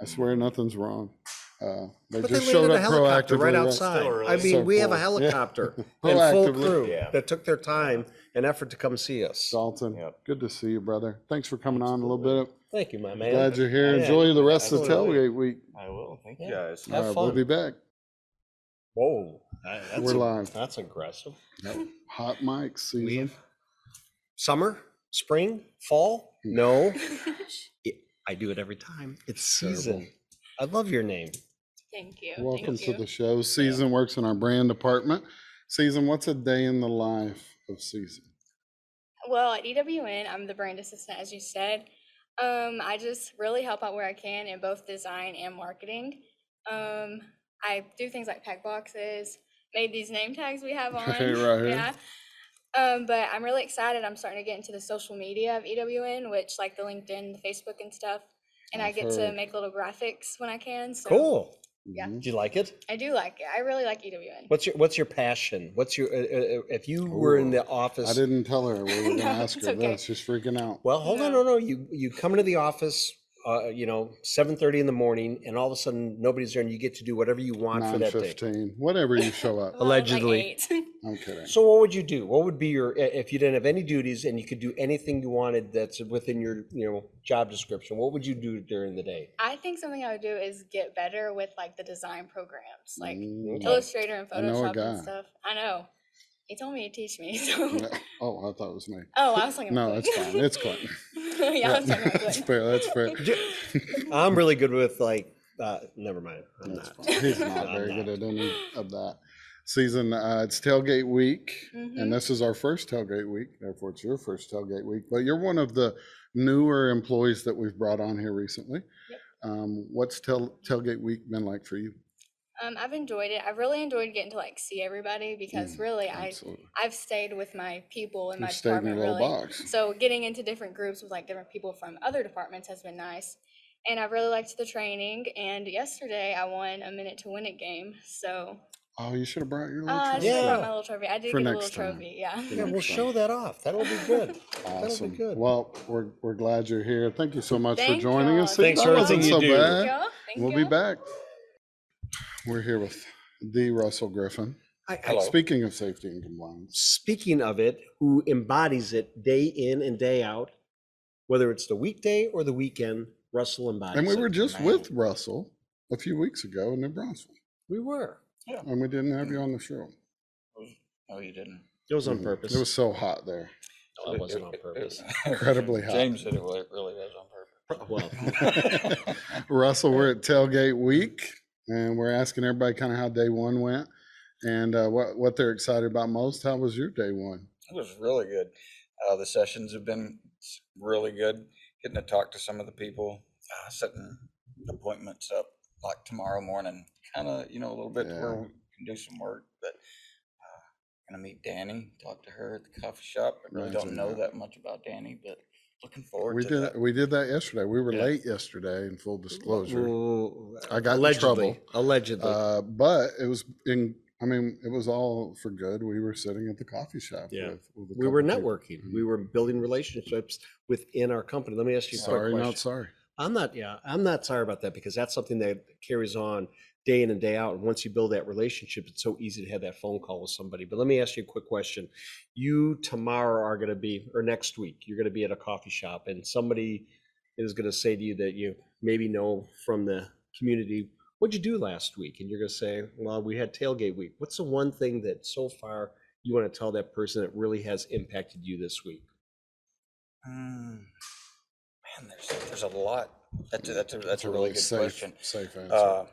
S1: I
S2: Mm-hmm.
S1: swear nothing's wrong. Uh, They
S2: But they
S1: just showed
S2: landed a
S1: up
S2: helicopter
S1: proactively. right?
S2: right outside.
S10: Still really
S2: I mean,
S1: so
S2: we have a
S1: cool. Yeah.
S2: helicopter and full
S1: Proactively.
S2: crew
S10: Yeah.
S2: that took their time and effort to come see us.
S1: Dalton,
S10: Yep.
S1: good to see you, brother. Thanks for coming on a little bit.
S2: Thank you, my man.
S1: Glad you're here.
S2: Yeah.
S1: Enjoy the rest of
S10: Absolutely.
S1: tailgate week.
S10: I will. Thank you
S2: Yeah.
S10: guys.
S2: Have
S1: All right, We'll
S2: fun.
S1: be back.
S2: Whoa, that- that's
S1: We're
S2: a-
S1: live.
S2: That's aggressive.
S1: Hot mic season.
S2: Summer, spring, fall? No. It- I do it every time. It's season. I love your name.
S9: Thank you.
S1: Welcome
S9: Thank
S1: to
S9: you.
S1: the show. Season works in our brand department. Season, what's a day in the life of Season?
S9: Well, at EWN, I'm the brand assistant, as you said. Um, I just really help out where I can in both design and marketing. Um, I do things like pack boxes, made these name tags we have on.
S1: Right.
S9: Yeah. Um, but I'm really excited. I'm starting to get into the social media of EWN, which like the LinkedIn, the Facebook, and stuff. And i
S1: I've
S9: get to
S1: heard.
S9: make little graphics when I can. So
S2: Cool.
S9: Yeah.
S1: Mm-hmm.
S2: Do you like it?
S9: I do like it. I really like E EWN.
S2: What's your What's your passion? What's your uh, uh, uh, If you were in
S1: Ooh,
S2: the office,
S1: I didn't tell her we were going to
S9: No,
S1: ask
S9: it's
S1: her
S9: okay.
S1: this. She's freaking out.
S2: Well, hold on, no, no. You you come into the office, uh, you know, seven thirty in the morning, and all of a sudden nobody's there, and you get to do whatever you want for
S1: Nine
S2: that day.
S1: fifteen, whatever you show up.
S7: Well, like
S2: Allegedly.
S7: eight.
S1: I'm kidding.
S2: So, what would you do? What would be your i- if you didn't have any duties and you could do anything you wanted that's within your you know job description? What would you do during the day?
S9: I think something I would do is get better with like the design programs, like
S1: Mm.
S9: Illustrator and
S1: I know a
S9: Photoshop and
S1: guy.
S9: stuff. I know. He told me to teach me. So.
S1: Oh, I thought it was me.
S9: Oh, I was talking about
S1: No, it's
S9: Clinton.
S1: fine. It's Clinton.
S9: yeah, I was talking about
S1: That's
S9: Clinton.
S1: fair. That's fair.
S2: I'm really good with like, uh, never mind. I'm
S1: That's
S2: not.
S1: fine. He's not
S2: I'm
S1: very
S2: not.
S1: good at any of that. Season, uh, it's tailgate week,
S10: Mm-hmm.
S9: Mm-hmm.
S1: and this is our first tailgate week. Therefore, it's your first tailgate week. But you're one of the newer employees that we've brought on here recently. Um, what's tail, tailgate week been like for you?
S9: Um, I've enjoyed it. I've really enjoyed getting to like see everybody because
S1: Mm,
S9: really I
S1: Absolutely.
S9: I've stayed with my people in my
S1: You stayed in your
S9: department
S1: little
S9: really.
S1: box.
S9: So getting into different groups with like different people from other departments has been nice. And I really liked the training and yesterday I won a minute to win it game. So
S1: Oh, you should have brought your
S9: uh,
S1: little
S9: I
S1: trophy.
S9: should have brought
S2: Yeah.
S9: my little trophy. I did
S1: For
S9: get a
S1: next
S9: little
S1: time.
S9: trophy, yeah.
S2: Yeah, we'll show that off. That'll be good. That'll
S1: Awesome.
S2: be good.
S1: Well, we're, we're glad you're here. Thank you so much
S9: Thank
S1: for joining
S9: y'all.
S1: us. See,
S2: Thanks
S1: that
S2: for
S1: wasn't
S2: everything you
S1: so
S2: do.
S1: bad.
S9: Thank y'all. Thank
S1: We'll be
S9: y'all.
S1: back. We're here with the Russell Griffin.
S2: I, I,
S6: Hello.
S1: Speaking of safety and compliance,
S2: speaking of it, who embodies it day in and day out, whether it's the weekday or the weekend, Russell embodies
S1: and we
S2: it.
S1: were just with Russell a few weeks ago in New Brunswick,
S2: we were.
S1: and we didn't have you on the show.
S11: No, you didn't.
S2: It was on
S11: Mm-hmm.
S1: Mm,
S2: purpose.
S1: It was so hot there.
S5: No, it wasn't on purpose.
S1: Incredibly hot.
S11: James said it wa- really was on
S2: well.
S11: purpose.
S1: Russell, we're at tailgate week, and we're asking everybody kind of how day one went, and uh, what what they're excited about most. How was your day one?
S11: It was really good. Uh, the sessions have been s- really good. Getting to talk to some of the people, uh, setting appointments up like tomorrow morning, kind of, you know, a little bit to where
S1: Yeah.
S11: we can do some work, but uh, gonna meet Danny, talk to her at the coffee shop. I really
S1: Right,
S11: don't
S1: yeah.
S11: know that much about Danny, but looking forward
S1: We
S11: to
S1: did
S11: that.
S1: we did that yesterday. We were
S11: Yeah.
S1: late yesterday. In full disclosure,
S2: Ooh,
S1: I got in
S2: allegedly,
S1: trouble.
S2: Allegedly.
S1: Uh, but it was in. I mean, it was all for good. We were sitting at the coffee shop.
S2: Yeah.
S1: with, with a
S2: we were
S1: couple people. Mm-hmm.
S2: networking. We were building relationships within our company. Let me ask you a quick
S1: Sorry,
S2: question.
S1: not sorry.
S2: I'm not, yeah, I'm not sorry about that because that's something that carries on day in and day out. And once you build that relationship, it's so easy to have that phone call with somebody. But let me ask you a quick question. You tomorrow are going to be, or next week, you're going to be at a coffee shop and somebody is going to say to you that you maybe know from the community, what'd you do last week? And you're going to say, well, we had tailgate week. What's the one thing that so far you want to tell that person that really has impacted you this week?
S11: Mm, man, there's there's a lot. That's a, that's a, that's
S1: It's
S11: a really good
S1: safe,
S11: question.
S1: Safe answer.
S11: Uh,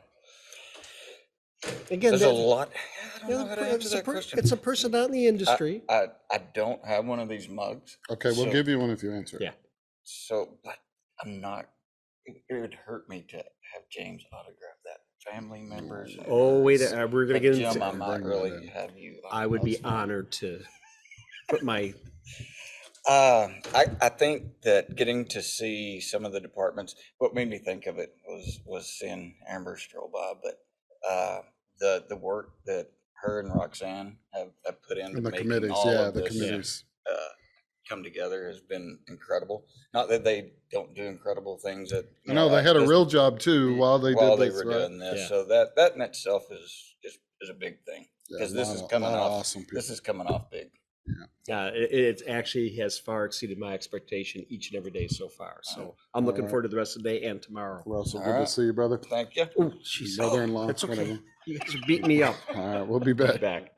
S2: Again,
S11: there's a
S2: that-
S11: lot. I don't
S2: it's
S11: know
S2: a
S11: how to
S2: per-
S11: answer
S2: it's a
S11: that
S2: per-
S11: question.
S2: It's a person out in the
S11: I-
S2: industry.
S11: I, I don't have one of these mugs,
S1: okay, we'll
S11: so-
S1: give you one if you answer. it.
S2: Yeah.
S11: so but I'm not. It, it would hurt me to have James autograph that. Family members. and
S2: Oh, wait,
S11: everything.
S2: uh, we're gonna
S11: But
S2: get
S11: Jim, I
S2: into,
S1: um,
S11: might
S1: Bring that
S11: really
S1: in.
S11: have you.
S2: I would be
S11: autograph that.
S2: honored to put my,
S11: Um, I, I think that getting to see some of the departments, what made me think of it was, was seeing Amber stroll by, but, uh, the, the work that her and Roxanne have, have put into
S1: And the
S11: making
S1: committees,
S11: all
S1: yeah,
S11: of
S1: the
S11: this,
S1: committees.
S11: uh, come together has been incredible. Not that they don't do incredible things that.
S1: I
S11: you
S1: know they
S11: like
S1: had a
S11: this-
S1: real job too while they
S11: While
S1: did
S11: they
S1: this,
S11: were
S1: right?
S11: doing
S2: Yeah.
S11: this, so that, that in itself is, is, is a big thing.
S1: Yeah,
S11: Because this
S1: lot
S11: is
S1: of-
S11: coming
S1: lot of
S11: off-
S1: Awesome people.
S11: This is coming off big.
S2: uh, it, it actually has far exceeded my expectation each and every day so far. So I'm looking
S1: Alright.
S2: forward to the rest of the day and tomorrow.
S1: Russell,
S11: All
S1: good to
S11: right.
S1: see you, brother.
S11: Thank you.
S2: Oh, jeez.
S1: Brother-in-law,
S2: It's okay.
S1: whatever.
S2: You guys are beating me up.
S1: All right, we'll be back.
S2: Back.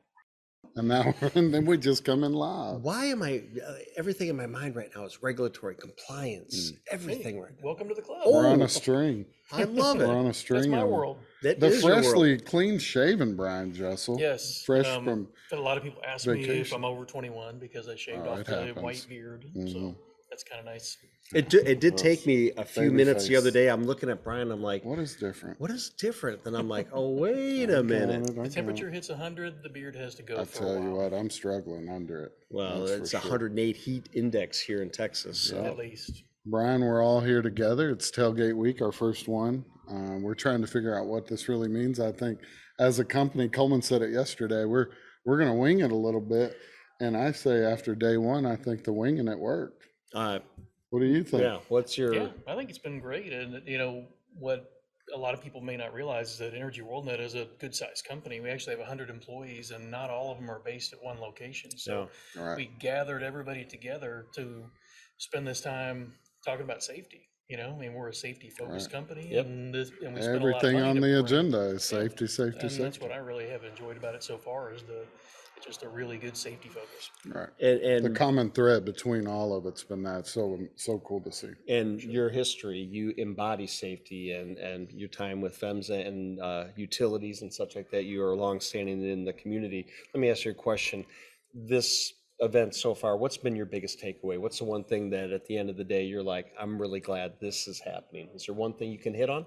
S1: And now, and then we just come in live.
S2: Why am I, uh, everything in my mind right now is regulatory compliance, everything right now.
S5: Welcome to the club.
S1: We're on
S2: Oh.
S1: a string.
S2: I love
S1: We're
S2: it.
S1: on a string.
S5: That's my
S1: of-
S5: world.
S2: That
S1: The
S2: is your world.
S1: freshly clean shaven Brian Dressel.
S5: Yes.
S1: Fresh
S5: um,
S1: from
S5: but A lot of people ask me if
S1: vacation.
S5: I'm over 21 because I shaved
S1: Oh,
S5: off
S1: it
S5: the
S1: happens.
S5: white beard.
S1: Mhm.
S5: So
S12: That's kind of nice.
S2: It, do, it did take me a few
S1: Baby
S2: minutes the other
S1: face.
S2: day. I'm looking at Brian. I'm like,
S1: what is different?
S2: What is different? Then I'm like, oh wait
S1: I
S2: a
S1: got
S2: minute.
S1: it, I
S12: The
S1: got it.
S12: temperature hits 100, the beard has to go for
S1: I
S12: a
S1: tell
S12: while.
S1: you what, I'm struggling under it.
S2: Well,
S1: that's for
S2: it's
S1: sure.
S2: 108 heat index here in Texas. So.
S1: Yep.
S12: At least.
S1: Brian, we're all here together. It's tailgate week, our first one. Um, we're trying to figure out what this really means. I think as a company, Coleman said it yesterday. We're we're going to wing it a little bit, and I say after day one, I think the winging it worked.
S2: Uh,
S1: What do you think?
S2: yeah. What's your?
S12: Yeah, I think it's been great, and you know what a lot of people may not realize is that Energy WorldNet is a good-sized company. We actually have 100 employees, and not all of them are based at one location. So
S1: Yeah. Right.
S12: we gathered everybody together to spend this time talking about safety. You know, I mean, we're a safety-focused company,
S2: Yep.
S12: and this, and we spend a lot of
S1: Everything
S12: money
S1: on
S12: to
S1: the
S12: bring-
S1: agenda is safety, safety,
S12: And that's
S1: safety.
S12: what I really have enjoyed about it so far is the it's just a really good safety focus.
S1: Right.
S2: And,
S1: the
S2: and
S1: common thread between all of it's been that so um, so cool to see.
S2: and your history, you embody safety and, and your time with FEMSA and uh, utilities and such like that. You are longstanding in the community. Let me ask you a question. This event so far, what's been your biggest takeaway? What's the one thing that at the end of the day you're like, I'm really glad this is happening? Is there one thing you can hit on?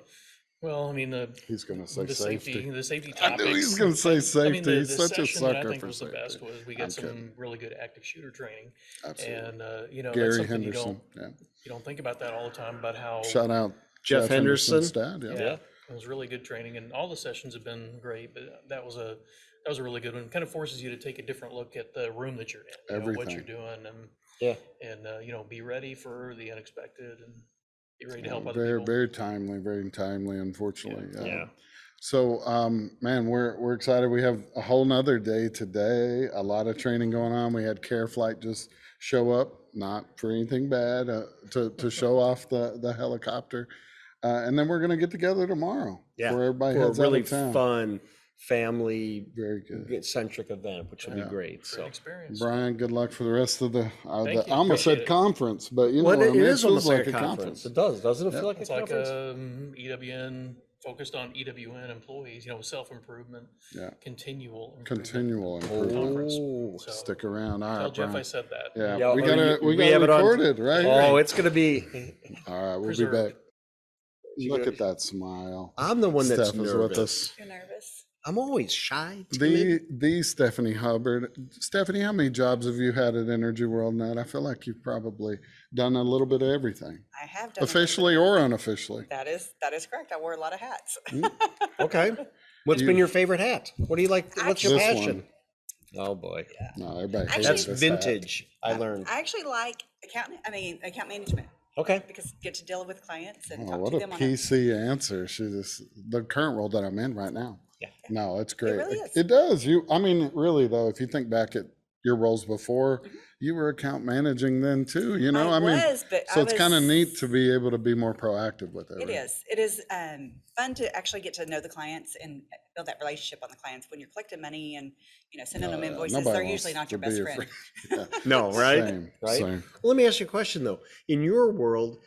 S12: Well, I mean the
S1: He's going to say
S12: the
S1: safety.
S12: safety, the safety
S1: I
S12: topics.
S1: knew he was gonna say
S12: I mean, the-
S1: safety. He's
S12: the
S1: such a
S12: session that I
S1: sucker
S12: think
S1: for
S12: was the best
S1: safety.
S12: was We
S1: I'm
S12: got some
S1: kidding.
S12: really good active shooter training.
S1: Absolutely.
S12: And, uh, you know, that's
S1: Gary
S12: something you
S1: Henderson.
S12: don't,
S1: Yeah.
S12: you don't think about that all the time about how.
S1: Shout out
S2: Jeff
S1: Henderson's
S2: Henderson.
S1: dad. Yeah.
S12: Yeah, it was really good training and all the sessions have been great, but that was a, that was a really good one. Kind of forces you to take a different look at the room that you're in. you know, What you're
S1: Everything.
S12: doing and,
S2: Yeah.
S12: and, uh, you know, be ready for the unexpected and be ready to help
S1: Uh,
S12: other
S1: Very,
S12: people.
S1: very timely, very timely, unfortunately. Uh,
S2: Yeah.
S1: So, um, man, we're, we're excited. We have a whole nother day today, a lot of training going on. We had Care Flight just show up, not for anything bad, uh, to, to show off the, the helicopter. Uh, and then we're going to get together tomorrow
S2: Yeah,
S1: before everybody
S2: For a
S1: heads
S2: really
S1: out of town.
S2: fun, family
S1: Very good.
S2: centric event, which will be
S1: Yeah.
S2: great.
S12: Great
S2: So.
S12: experience.
S1: Brian, good luck for the rest of the, uh,
S12: Thank
S1: the
S12: you.
S1: I almost said
S12: Appreciate it.
S1: conference, but you know
S2: Well,
S1: what I
S2: it
S1: mean? It
S2: is
S1: feels
S2: almost
S1: like a conference.
S2: It does, doesn't it
S1: Yeah.
S2: feel like a
S12: It's like
S2: conference?
S12: um, EWN focused on EWN employees, you know, self improvement,
S1: Yeah.
S12: continual improvement.
S1: Continual improvement.
S12: conference.
S2: Oh.
S12: So
S1: Stick around. All
S12: tell
S1: right,
S12: Jeff I
S1: Brian.
S12: said that.
S1: Yeah,
S2: Yeah,
S1: we
S2: oh,
S1: got it.
S2: you-
S1: We
S2: we have
S1: got
S2: it
S1: it
S2: on-
S1: recorded, right?
S2: Oh, it's gonna be.
S1: All right, we'll
S12: Preserved.
S1: be back.
S2: You
S1: Look
S2: good?
S1: at that smile.
S2: I'm the one that's
S1: Steph is with
S2: nervous.
S1: us.
S4: You're nervous.
S2: I'm always shy. timid.
S1: The the Stephanie Hubbard. Stephanie, how many jobs have you had at Energy World Net? I feel like you've probably done a little bit of everything,
S4: I have done. a little bit.
S1: officially or unofficially.
S4: That is, that is correct. I wore a lot of hats.
S2: Okay. What's been your favorite hat? What do you like? What's your
S1: This one.
S2: passion? Oh boy,
S1: No, everybody. hates
S4: Actually-
S2: that's
S1: this hat.
S2: vintage. I learned.
S4: I actually like account, I mean, account management
S2: Okay.
S4: because get to deal with clients and
S1: Oh,
S4: talk
S1: what
S4: to
S1: a
S4: them on a
S1: PC answer. She just the current role that I'm in right now.
S2: Yeah.
S1: No, it's great.
S4: really
S1: It-
S4: is.
S1: It does. You I mean, really though, if you think back at your roles before, you were account managing then too, you know?
S4: Mm-hmm. I
S1: I mean,
S4: was, but I
S1: so it's kind of
S4: was-
S1: neat to be able to be more proactive with it.
S4: It
S1: right?
S4: is. It is um, fun to actually get to know the clients and build that relationship on the clients. When you're collecting money and you know sending
S1: Oh,
S4: them
S1: yeah.
S4: invoices,
S1: Nobody
S4: they're
S1: wants
S4: usually not
S1: to
S4: your
S1: be
S4: best
S1: your
S4: friend.
S2: No, right?
S1: Same,
S2: right.
S1: same.
S2: Well, let me ask you a question though. In your world,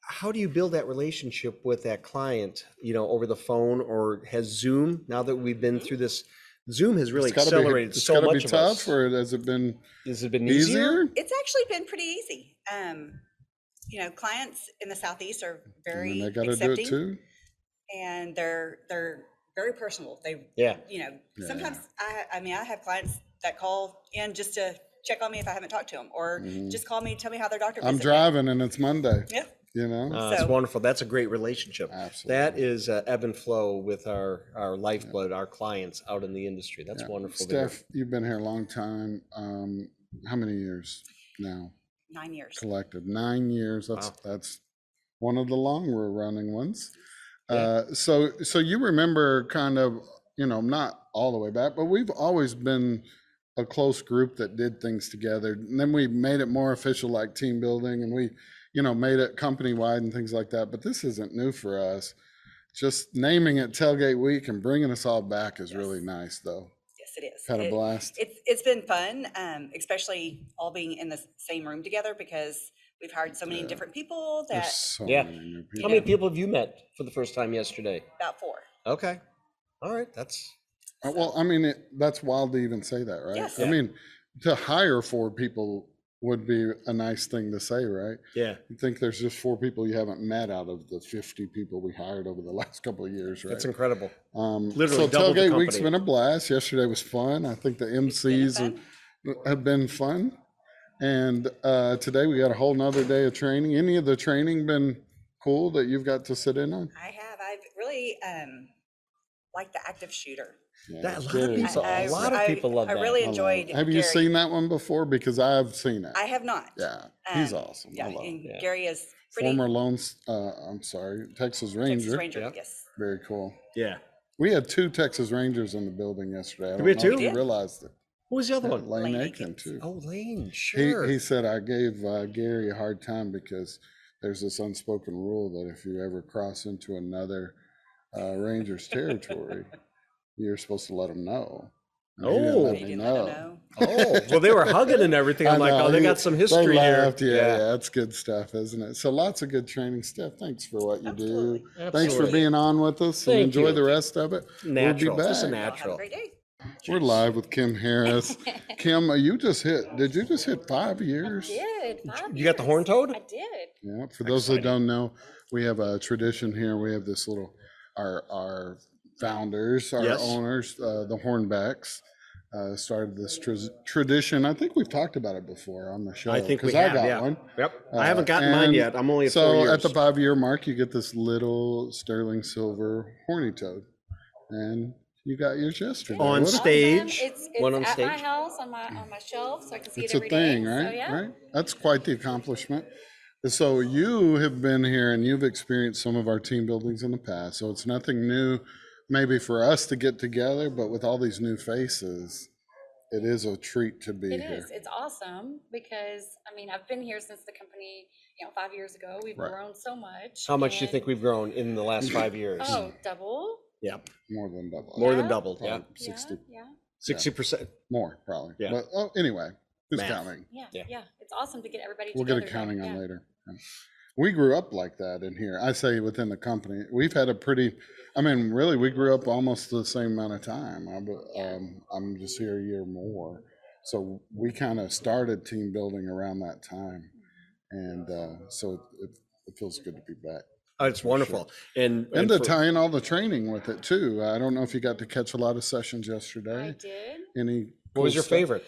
S2: how do you build that relationship with that client? You know, over the phone or has Zoom? Now that we've been through this, Zoom has really
S1: It's gotta be-
S2: accelerated
S1: it's
S2: so
S1: gotta be
S2: much of
S1: tough,
S2: us.
S1: Or has it been
S2: Has it been
S1: easier?
S4: It's actually been pretty easy. Um, you know, clients in the southeast are
S1: And
S4: very
S1: then they gotta do it
S4: accepting,
S1: too?
S4: and they're they're very personal. They,
S2: Yeah.
S4: you know,
S1: Yeah.
S4: sometimes I I mean I have clients that call in just to check on me if I haven't talked to them, or just call me tell me how their doctor.
S1: Mm-hmm. I'm
S4: visit
S1: driving and it's Monday,
S4: went. Yeah.
S1: you know?
S2: Uh, It's
S4: So-
S2: wonderful. That's a great relationship.
S1: Absolutely.
S2: That is uh, ebb and flow with our, our lifeblood, our clients out in the industry. That's
S1: Yeah.
S2: wonderful. to hear.
S1: Steph, you've been here a long time. Um, how many years now?
S4: Nine years.
S1: collected nine years that's
S2: Wow.
S1: that's one of the longer running ones uh, so so you remember kind of you know not all the way back but we've always been a close group that did things together and then we made it more official like team building and we you know made it company wide and things like that but this isn't new for us just naming it tailgate week and bringing us all back is really nice though
S4: Yes, it is.
S1: had a
S4: It-
S1: blast
S4: It's it's been fun, um, especially all being in the s- same room together because we've hired so many
S1: Yeah.
S4: different people
S1: There's
S4: that
S1: so
S2: Yeah.
S1: many new
S2: How
S1: people.
S2: many people have you met for the first time yesterday?
S4: about four.
S2: Okay. All right. That's
S1: Uh, Well, I mean, it, that's wild to even say that, right?
S4: Yes.
S1: I mean, to hire four people would be a nice thing to say, right?
S2: Yeah.
S1: You think there's just four people you haven't met out of the 50 people we hired over the last couple of years, right?
S2: That's incredible.
S1: Um,
S2: Literally
S1: so
S2: double the
S1: tailgate week's
S2: company.
S1: been a blast. Yesterday was fun. I think the MCs have, have been fun, and uh, today we got a whole nother day of training. Any of the training been cool that you've got to sit in on?
S4: I have, I've really um, liked the active shooter.
S1: Yeah,
S2: That- a
S1: it's
S2: lot of
S1: good.
S2: people-
S4: I-
S2: a lot of
S4: I-
S2: people love
S4: I
S2: that.
S4: really
S1: I love
S4: enjoyed.
S1: it. Have you
S4: Gary.
S1: seen that one before? Because I've seen it.
S4: I have not.
S1: Yeah, he's
S4: Um,
S1: awesome. I
S4: Yeah,
S1: love
S4: and
S1: him.
S2: Yeah.
S4: Gary is pretty.
S1: Former Lone, S- uh, I'm sorry, Texas Ranger.
S4: Texas Ranger,
S2: Yep.
S4: yes.
S1: Very cool.
S2: Yeah.
S1: We had two Texas Rangers in the building yesterday. I
S2: Did
S1: don't
S2: we
S1: know
S2: have
S1: if
S2: two?
S1: you realized it.
S2: Who was the other
S1: Yeah,
S2: one?
S1: Lane
S4: Lane
S1: Aiken too.
S2: Oh, Lane,
S1: He,
S2: sure.
S1: he said, I gave uh, Gary a hard time because there's this unspoken rule that if you ever cross into another uh, Ranger's territory, you're supposed to let them know. And he didn't
S2: Oh.
S1: let
S4: He
S1: me
S4: didn't let him know.
S2: Oh, well, they were hugging and everything.
S1: I
S2: I'm like,
S1: know,
S2: oh, they
S1: he-
S2: got some history
S1: they
S2: here.
S1: laughed. Yeah, yeah, that's good stuff, isn't it? So lots of good training stuff. Thanks for what you
S4: Absolutely.
S1: do. Thanks for being on with us. and
S2: Thank
S1: enjoy
S2: you.
S1: the rest of it.
S2: Natural.
S1: We'll be
S2: Just a
S1: back.
S4: Y'all Have a
S2: natural.
S4: great day.
S1: We're live with Kim Harris. Kim, uh, you just hit. Did you just hit five years?
S9: Did five
S2: You got the
S9: years.
S2: horn toad?
S9: I did.
S1: Yeah, for those that don't know, we have a tradition here. We have this little, our, our founders, our
S2: Yes.
S1: owners, uh, the Hornbacks, uh, started this tr- tradition. I think we've talked about it before on the show.
S2: I think we
S1: 'cause I
S2: have,
S1: got
S2: yeah.
S1: one.
S2: Yep.
S1: Uh,
S2: I haven't gotten mine
S1: and
S2: yet. I'm only at
S1: so
S2: four years.
S1: at the five year mark, you get this little sterling silver horny toad, and you got yours yesterday.
S2: On
S1: What a-
S2: stage,
S13: It's,
S2: one
S13: it's
S2: on
S13: at my
S2: stage.
S13: house on my on my shelf, so I can see
S1: It's
S13: it
S1: a
S13: every day.
S1: thing, right?
S13: So yeah,
S1: Right? That's quite the accomplishment. So you have been here and you've experienced some of our team buildings in the past. So it's nothing new, maybe for us to get together, but with all these new faces, it is a treat to be
S13: it
S1: here.
S13: is. It's awesome because I mean I've been here since the company, you know, five years ago. We've
S1: Right.
S13: grown so much.
S2: How much do you think
S13: and-
S2: we've grown in the last five years?
S13: Oh, double.
S2: Yep.
S1: More than double.
S2: More than
S13: Yeah.
S2: doubled. Yeah.
S1: Probably Sixty,
S13: Yeah,
S2: Sixty percent.
S1: more probably.
S2: Yeah.
S1: But, oh, anyway, who's
S2: Math.
S1: counting?
S13: yeah,
S2: Yeah.
S13: yeah, yeah. It's awesome to get everybody.
S1: We'll get a
S13: together like
S1: counting on
S13: that.
S1: later. Yeah. We grew up like that in here. I say within the company, we've had a pretty, I mean, really, we grew up almost the same amount of time. I'm, um, I'm just here a year more. So we kind of started team building around that time. And uh, so it, it feels good to be back.
S2: Oh, it's wonderful. And
S1: And to
S2: for-
S1: tie in all the training with it too. I don't know if you got to catch a lot of sessions
S13: I
S1: yesterday.
S13: did
S1: Any?
S2: what was
S1: cool
S2: your
S1: stuff?
S2: favorite?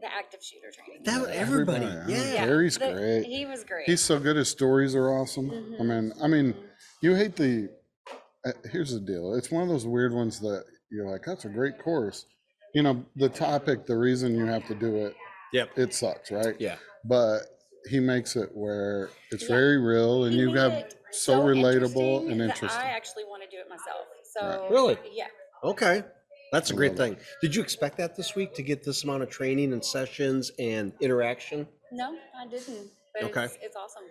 S13: the active shooter training.
S2: That everybody. Yeah.
S13: Yeah,
S1: Gary's
S13: the-
S1: great.
S13: He was great. Mm-hmm.
S1: He's so good. His stories are awesome. I mean, I mean, you hate the. Uh, here's the deal. It's one of those weird ones that you're like, that's a great course. You know, the topic, the reason you have to do it,
S2: Yep.
S1: it sucks, right?
S2: Yeah.
S1: But he makes it where it's
S13: Yeah.
S1: very real and
S13: He
S1: you
S13: made
S1: have
S13: it
S1: so, relatable
S13: interesting
S1: and
S13: that
S1: interesting.
S13: I actually want to do it myself. So
S2: Really?
S13: yeah,
S2: Okay. That's a
S1: I
S2: great
S1: love
S2: thing. Did you expect that this week to get this amount of training and sessions and interaction?
S13: no, I didn't. But
S2: Okay.
S13: it's, it's awesome.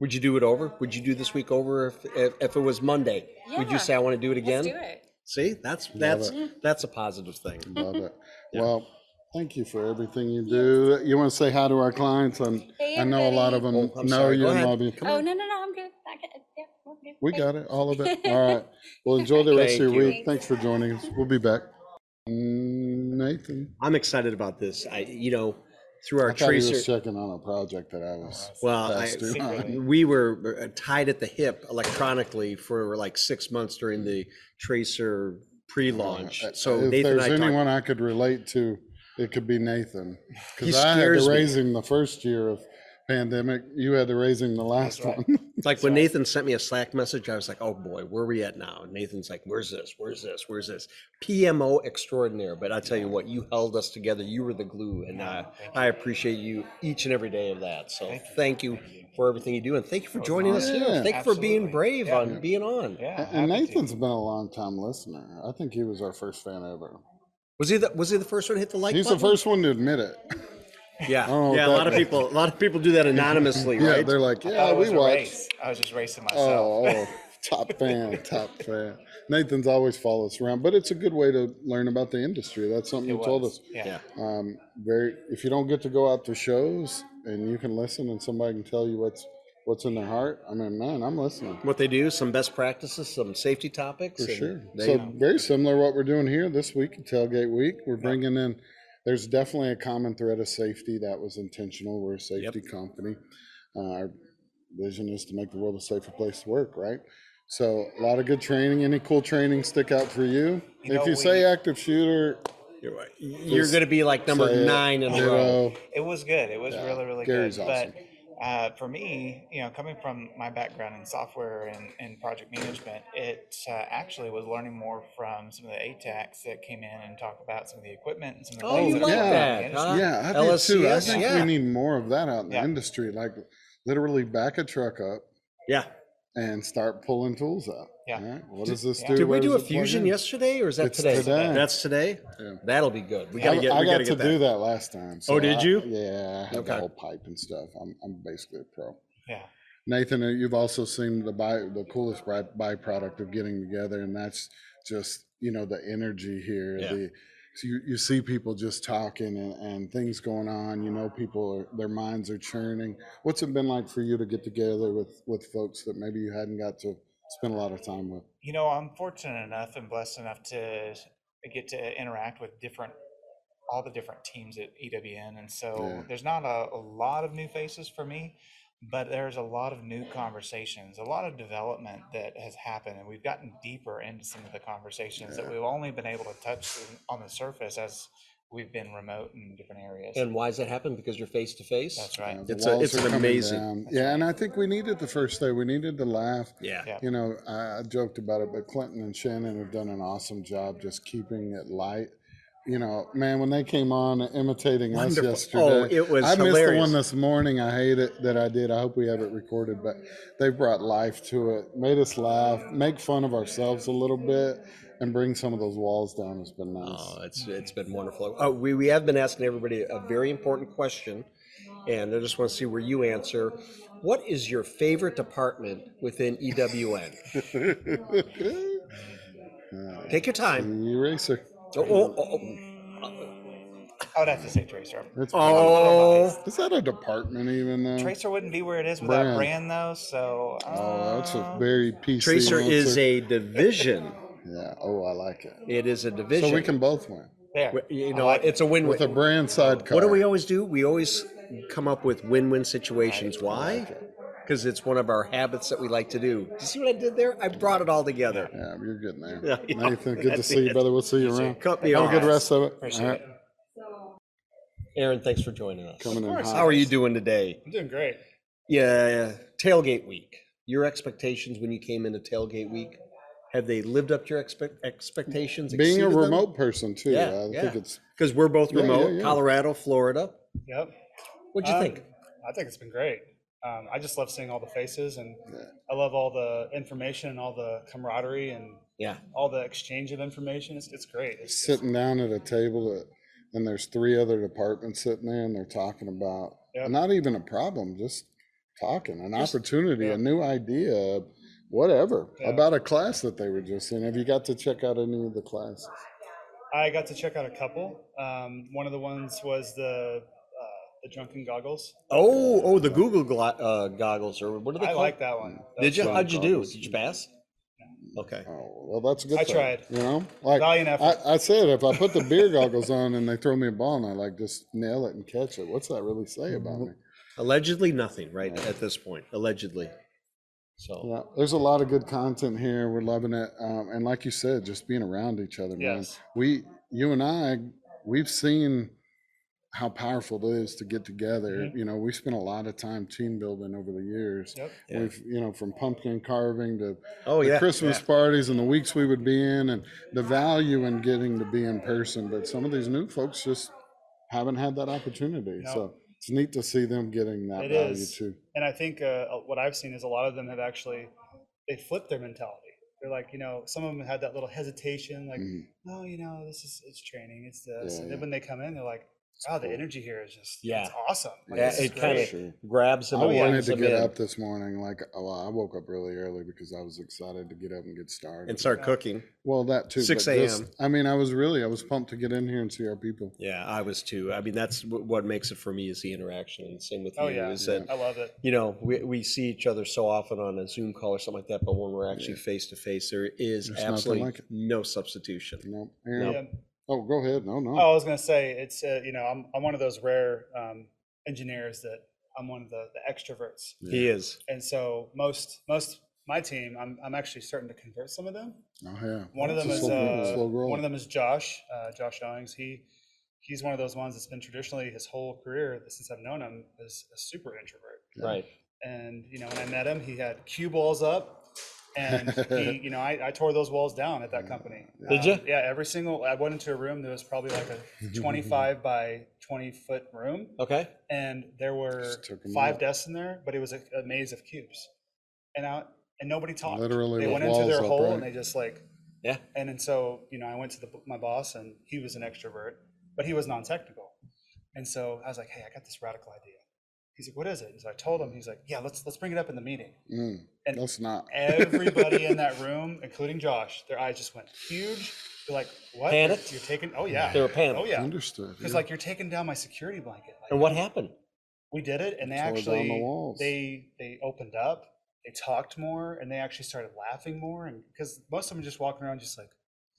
S2: Would you do it over? Would you do this week over if if, if it was Monday? Would
S13: Yeah.
S2: you say I want to do it again?
S13: Let's do it.
S2: See, that's that's that's a positive thing.
S1: Love it. Well, thank you for everything you do. You want to say hi to our clients? i
S13: Hey,
S1: I know a lot of
S13: everybody.
S1: them
S2: Oh, I'm
S1: know
S2: sorry. Go
S1: you and
S2: ahead.
S1: love you.
S13: Oh no no no! I'm good. I can, yeah, we're good.
S1: We
S13: Thank
S1: got it, all of it. All right. Well, enjoy the rest of your
S2: Thank you.
S1: week. Thanks for joining us. We'll be back. Mm, Nathan,
S2: I'm excited about this. I you know through our
S1: I thought he
S2: tracer.
S1: was checking on a project that I was.
S2: Well, I,
S1: passed due on.
S2: we were uh, tied at the hip electronically for like six months during the Tracer pre-launch. So
S1: Uh, if
S2: Nathan and
S1: there's
S2: I talked.
S1: anyone I could relate to, it could be Nathan.
S2: He
S1: Because I had
S2: scares
S1: to
S2: me.
S1: raise him the first year of pandemic. You had to raise him the last one.
S2: It's like when Nathan sent me a Slack message, I was like, oh boy, where are we at now? And Nathan's like, where's this? Where's this? Where's this? PMO extraordinaire. But I tell you what, you held us together. You were the glue. And uh, I appreciate you each and every day of that. So thank you for everything you do. And thank you for joining us here.
S1: Yeah.
S2: Thank you for being brave on being on.
S1: And- And Nathan's been a long time listener. I think he was our first fan ever.
S2: Was he the was he the first one to hit the like
S1: He's the
S2: button?
S1: first one to admit it.
S2: Yeah.
S1: don't know what
S2: Yeah, a
S1: that
S2: lot of
S1: means.
S2: people a lot of people do that anonymously,
S1: Yeah,
S2: right?
S1: they're like, yeah, we watched.
S11: I was just racing
S1: Oh, oh, top fan, top fan. Nathan's always follow us around, but it's a good way to learn about the industry. That's something you told us.
S2: yeah.
S1: Um, very, if you don't get to go out to shows and you can listen and somebody can tell you what's what's in their heart, I mean, man, I'm listening
S2: What they do, some best practices, some safety topics.
S1: for
S2: and
S1: sure.
S2: They,
S1: So very similar to what we're doing here this week, tailgate week. We're bringing in there's definitely a common thread of safety that was intentional. We're a safety company. Uh, our vision is to make the world a safer place to work, right? So a lot of good training. Any cool training stick out for you?
S14: You
S1: if
S14: know,
S1: you
S14: we-
S1: say active shooter,
S2: you're right. You're gonna be like number nine in a row.
S14: It was good. It was
S1: Yeah.
S14: really, really
S1: Gary's
S14: good.
S1: awesome.
S14: But uh, for me, you know, coming from my background in software and, and project management, it uh, actually was learning more from some of the ATACs that came in and talked about some of the equipment and some of the
S1: Oh,
S14: things
S1: you
S14: that are
S1: like
S14: going on
S1: that,
S14: in the industry.
S1: yeah, I do too. I think
S14: Yeah.
S1: we need more of that out in the industry. Like, literally back a truck up.
S2: Yeah.
S1: And start pulling tools out.
S14: Yeah.
S1: All right, What
S2: Did-
S1: does this do?
S2: Did we
S1: Where
S2: do a
S1: does it plug
S2: fusion
S1: in?
S2: yesterday or is that
S1: It's
S2: today? That's today? That'll be good. We
S1: I-
S2: gotta get,
S1: I
S2: we
S1: got
S2: gotta
S1: to
S2: get
S1: do
S2: that.
S1: that last time.
S2: Oh, did
S1: I-
S2: you?
S1: Yeah, I had the
S2: Okay.
S1: whole pipe and stuff. I'm, I'm basically a pro.
S14: Yeah.
S1: Nathan, uh, you've also seen the by, the coolest by, byproduct of getting together, and that's just you know the energy here.
S2: Yeah.
S1: The so you, you see people just talking and, and things going on. You know, people are, their minds are churning. What's it been like for you to get together with with folks that maybe you hadn't got to spend a lot of time with?
S14: You know, I'm fortunate enough and blessed enough to get to interact with different, all the different teams at EWN. And
S1: Yeah.
S14: so there's not a, a lot of new faces for me, but there's a lot of new conversations, a lot of development that has happened. And we've gotten deeper into some of the conversations that
S2: Yeah.
S14: we've only been able to touch on the surface as we've been remote in different areas.
S2: And why does that happen? Because you're face to face?
S14: That's right.
S1: Yeah, the
S2: It's a,
S1: walls
S2: it's
S1: are
S2: an
S1: coming
S2: amazing.
S1: down. Yeah, and I think we needed the first day. We needed the laugh.
S2: Yeah. Yeah.
S1: You know, I I joked about it, but Clinton and Shannon have done an awesome job just keeping it light. You know, man, when they came on imitating
S2: Wonderful.
S1: us yesterday,
S2: Oh, it was
S1: I missed the
S2: hilarious.
S1: one this morning. I hate it that I did. I hope we have it recorded, but they brought life to it, made us laugh, make fun of ourselves a little bit, and bring some of those walls down. It's been nice.
S2: Oh, it's, it's been wonderful. Uh, we, we have been asking everybody a very important question, and I just want to see where you answer. What is your favorite department within E EWN? Take your time.
S1: Eraser.
S2: Oh, oh, oh, oh.
S14: Mm. I would have to say Tracer.
S1: That's
S14: Oh.
S1: pretty- is that a department even though?
S14: Tracer wouldn't be where it is without
S1: Mm. Brand.
S14: brand, though. So uh,
S1: Oh, that's a very PC.
S2: Tracer is
S1: answer.
S2: a division.
S1: Yeah. Oh, I like it.
S2: It is a division.
S1: So we can both win.
S14: There.
S2: You know, it's a win-win.
S1: With a brand sidecar.
S2: What do we always do? We always come up with win-win situations. Why? Because it's one of our habits that we like to do. Do you see what I did there? I brought it all together.
S1: Yeah, you're getting there.
S2: Yeah, yeah.
S1: Nathan, good to
S2: That's
S1: see you,
S2: it.
S1: brother. We'll see you around.
S2: Cut me
S1: Have
S2: off.
S1: a good rest of it.
S2: Appreciate
S1: All right.
S2: it. Aaron, thanks for joining us.
S1: Coming in Of course. hot.
S2: How are you doing today?
S14: I'm doing great.
S2: Yeah, yeah. Tailgate week. Your expectations when you came into tailgate week, have they lived up to your expect, expectations?
S1: Being a
S2: exceeded them?
S1: remote person too,
S2: Yeah,
S1: I
S2: yeah.
S1: think it's
S2: Because we're both
S1: Yeah, yeah,
S2: remote,
S1: yeah.
S2: Colorado, Florida.
S15: Yep.
S2: What'd you
S15: Um,
S2: think?
S15: I think it's been great. Um, I just love seeing all the faces and I love all the information and all the camaraderie and
S2: Yeah.
S15: all the exchange of information. It's, it's great. It's,
S1: sitting down at a table that, and there's three other departments sitting there and they're talking about
S15: Yep.
S1: not even a problem, just talking, an opportunity, a new idea, whatever, about a class that they were just in. Have you got to check out any of the classes?
S15: I got to check out a couple. Um, one of the ones was the uh, the drunken goggles.
S2: Oh, oh, the Google glo- uh, goggles or what are they
S15: I
S2: called?
S15: like that one. That
S2: Did you?
S15: was
S2: How'd you
S15: fun.
S2: do? Did you pass? Okay.
S1: Oh, Well, that's a good
S15: I
S1: thing,
S15: tried.
S1: You know, like
S15: Valiant effort.
S1: I, I said, if I put the beer goggles on and they throw me a ball and I like just nail it and catch it, what's that really say about me?
S2: Allegedly nothing, right, at this point, allegedly.
S1: Yeah, there's a lot of good content here. We're loving it, um, and like you said, just being around each other, man.
S15: Yes.
S1: We, you and I, we've seen how powerful it is to get together.
S15: Mhm.
S1: You know, we spent a lot of time team building over the years.
S15: Yep.
S2: Yeah.
S1: We've, you know, from pumpkin carving to
S2: Oh,
S1: the
S2: yeah,
S1: Christmas
S2: yeah.
S1: parties and the weeks we would be in, and the value in getting to be in person. But some of these new folks just haven't had that opportunity,
S15: No.
S1: so it's neat to see them getting that
S15: It
S1: value
S15: is.
S1: too.
S15: And I think uh, what I've seen is a lot of them have actually they flipped their mentality. They're like, you know, some of them had that little hesitation, like,
S1: Mhm.
S15: oh, you know, this is it's training, it's this.
S2: Yeah,
S15: and
S2: yeah.
S15: then when they come in, they're like, wow, the energy here is just, yeah,
S2: Yeah.
S15: it's awesome. Like,
S2: Yeah,
S15: this is
S2: it kind
S15: great.
S2: of grabs them.
S1: I
S2: and
S1: wanted
S2: brings
S1: to
S2: them
S1: get
S2: in.
S1: up this morning. Like, well, I woke up really early because I was excited to get up and get started
S2: And start Yeah. cooking.
S1: Well, that too. but
S2: 6
S1: just-
S2: a.m..
S1: I mean, I was really, I was pumped to get in here and see our people.
S2: Yeah, I was too. I mean, that's wh- what makes it for me is the interaction. And same with
S15: Oh,
S2: you.
S15: yeah.
S2: Is
S15: Yeah.
S2: that,
S15: I love it.
S2: You know, we, we see each other so often on a Zoom call or something like that, but when we're actually face to face, there is
S1: There's nothing
S2: absolutely
S1: like
S2: no substitution.
S1: Nope.
S2: No.
S1: Aaron, Oh, go ahead. No, no.
S15: Oh, I was going to say it's uh, you know I'm I'm one of those rare um, engineers that I'm one of the, the extroverts.
S2: He Yeah. is.
S15: And so most most my team, I'm I'm actually starting to convert some of them.
S1: Oh, yeah.
S15: One of
S1: It's
S15: them
S1: a
S15: is
S1: slow grow-
S15: uh,
S1: slow grow.
S15: one of them is Josh uh, Josh Owings. He he's one of those ones that's been traditionally his whole career since I've known him is a super introvert.
S2: Right.
S15: And you know when I met him, he had cue balls up. and he, you know, I, I tore those walls down at that company.
S2: Did ya?
S15: Yeah, every single. I went into a room that was probably like a 25 by 20 foot room.
S2: Okay.
S15: And there were
S1: took 'em
S15: five
S1: out.
S15: desks in there, but it was a, a maze of cubes, and out and nobody talked.
S1: Literally
S15: they
S1: with
S15: went into their
S1: walls up,
S15: hole
S1: right?
S15: and they just like.
S2: Yeah.
S15: And then so you know, I went to the, my boss, and he was an extrovert, but he was non-technical, and so I was like, "Hey, I got this radical idea." He's like, "What is it?" And so I told him. He's like, "Yeah, let's let's bring it up in the meeting."
S1: Mm,
S15: And
S1: that's not.
S15: Everybody in that room, including Josh, their eyes just went huge. They're like, "What?
S2: Panicked?
S15: You're taking? Oh yeah,
S2: They were panicked.
S15: Oh yeah,
S1: Understood,
S15: Because
S1: yeah.
S15: like you're taking down my security blanket. Like,
S2: And what happened?
S15: we did it, and they
S2: Tore down the
S15: actually
S2: walls.
S15: they they opened up, they talked more, and they actually started laughing more, and because most of them just walking around just like,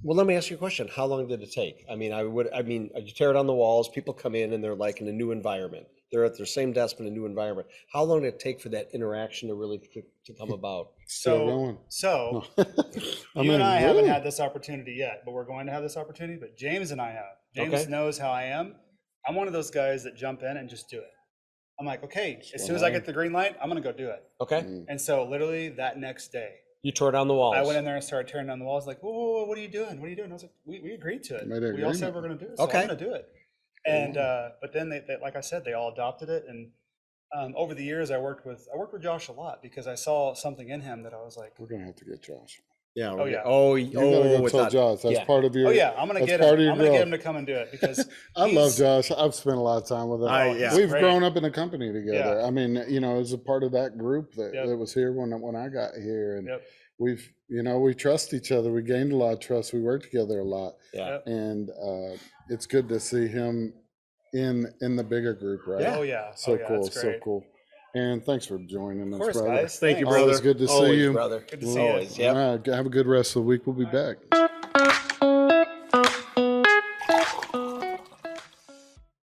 S2: Well, let me ask you a question. How long did it take? I mean, I would, I mean, uh, you tear it on the walls, people come in and they're like in a new environment. They're at their same desk but in a new environment. How long did it take for that interaction to really to, to come about?
S15: so so.
S2: I
S15: you
S2: mean,
S15: and I haven't
S2: really?
S15: had this opportunity yet, but we're going to have this opportunity. But James and I have. James
S2: Okay.
S15: knows how I am. I'm one of those guys that jump in and just do it. I'm like, okay, as
S2: go
S15: soon as I
S2: home.
S15: get the green light, I'm gonna go do it.
S2: Okay.
S15: And so literally that next day,
S2: You tore down the walls.
S15: I went in there and started tearing down the walls, like, whoa, whoa, whoa, what are you doing? What are you doing? I was like, we, we agreed to it.
S1: Made an
S15: We all said
S1: agreement.
S15: we're gonna do it, so
S2: Okay.
S15: I'm gonna do it. And uh, but then they, they, like I said, they all adopted it. And um, over the years, I worked with I worked with Josh a lot because I saw something in him that I was like,
S1: We're gonna have to get Josh.
S2: Yeah.
S15: Oh,
S2: we're-
S15: yeah.
S2: Oh,
S1: You
S2: y-
S1: gotta
S2: oh,
S1: go
S2: it's
S1: tell
S2: not-
S1: Josh. That's
S2: yeah.
S1: part of your.
S15: Oh yeah, I'm gonna
S1: that's
S15: get
S1: part of
S15: him.
S1: your
S15: I'm gonna get
S1: growth.
S15: him to come and do it because
S1: I love
S15: he's-
S1: Josh. I've spent a lot of time with him.
S15: I- Oh, yeah.
S1: We've
S15: great.
S1: grown up in a company together. I mean, you know, as a part of that group that, that was here when when I got here, and
S15: Yep.
S1: we've you know we trust each other. We gained a lot of trust. We work together a lot.
S2: Yeah. Yep.
S1: And uh, it's good to see him in in the bigger group, right?
S15: Yeah. Oh, yeah.
S1: So
S15: Oh, yeah,
S1: cool.
S15: it's
S1: So
S15: great.
S1: cool. And thanks for joining
S15: Of
S1: us,
S15: course,
S1: brother.
S15: guys. Thank you, brother.
S1: Always good to see
S2: Always,
S1: you,
S2: brother. Good to see you. Always, yep.
S1: All right. Have a good rest of the week. We'll be back.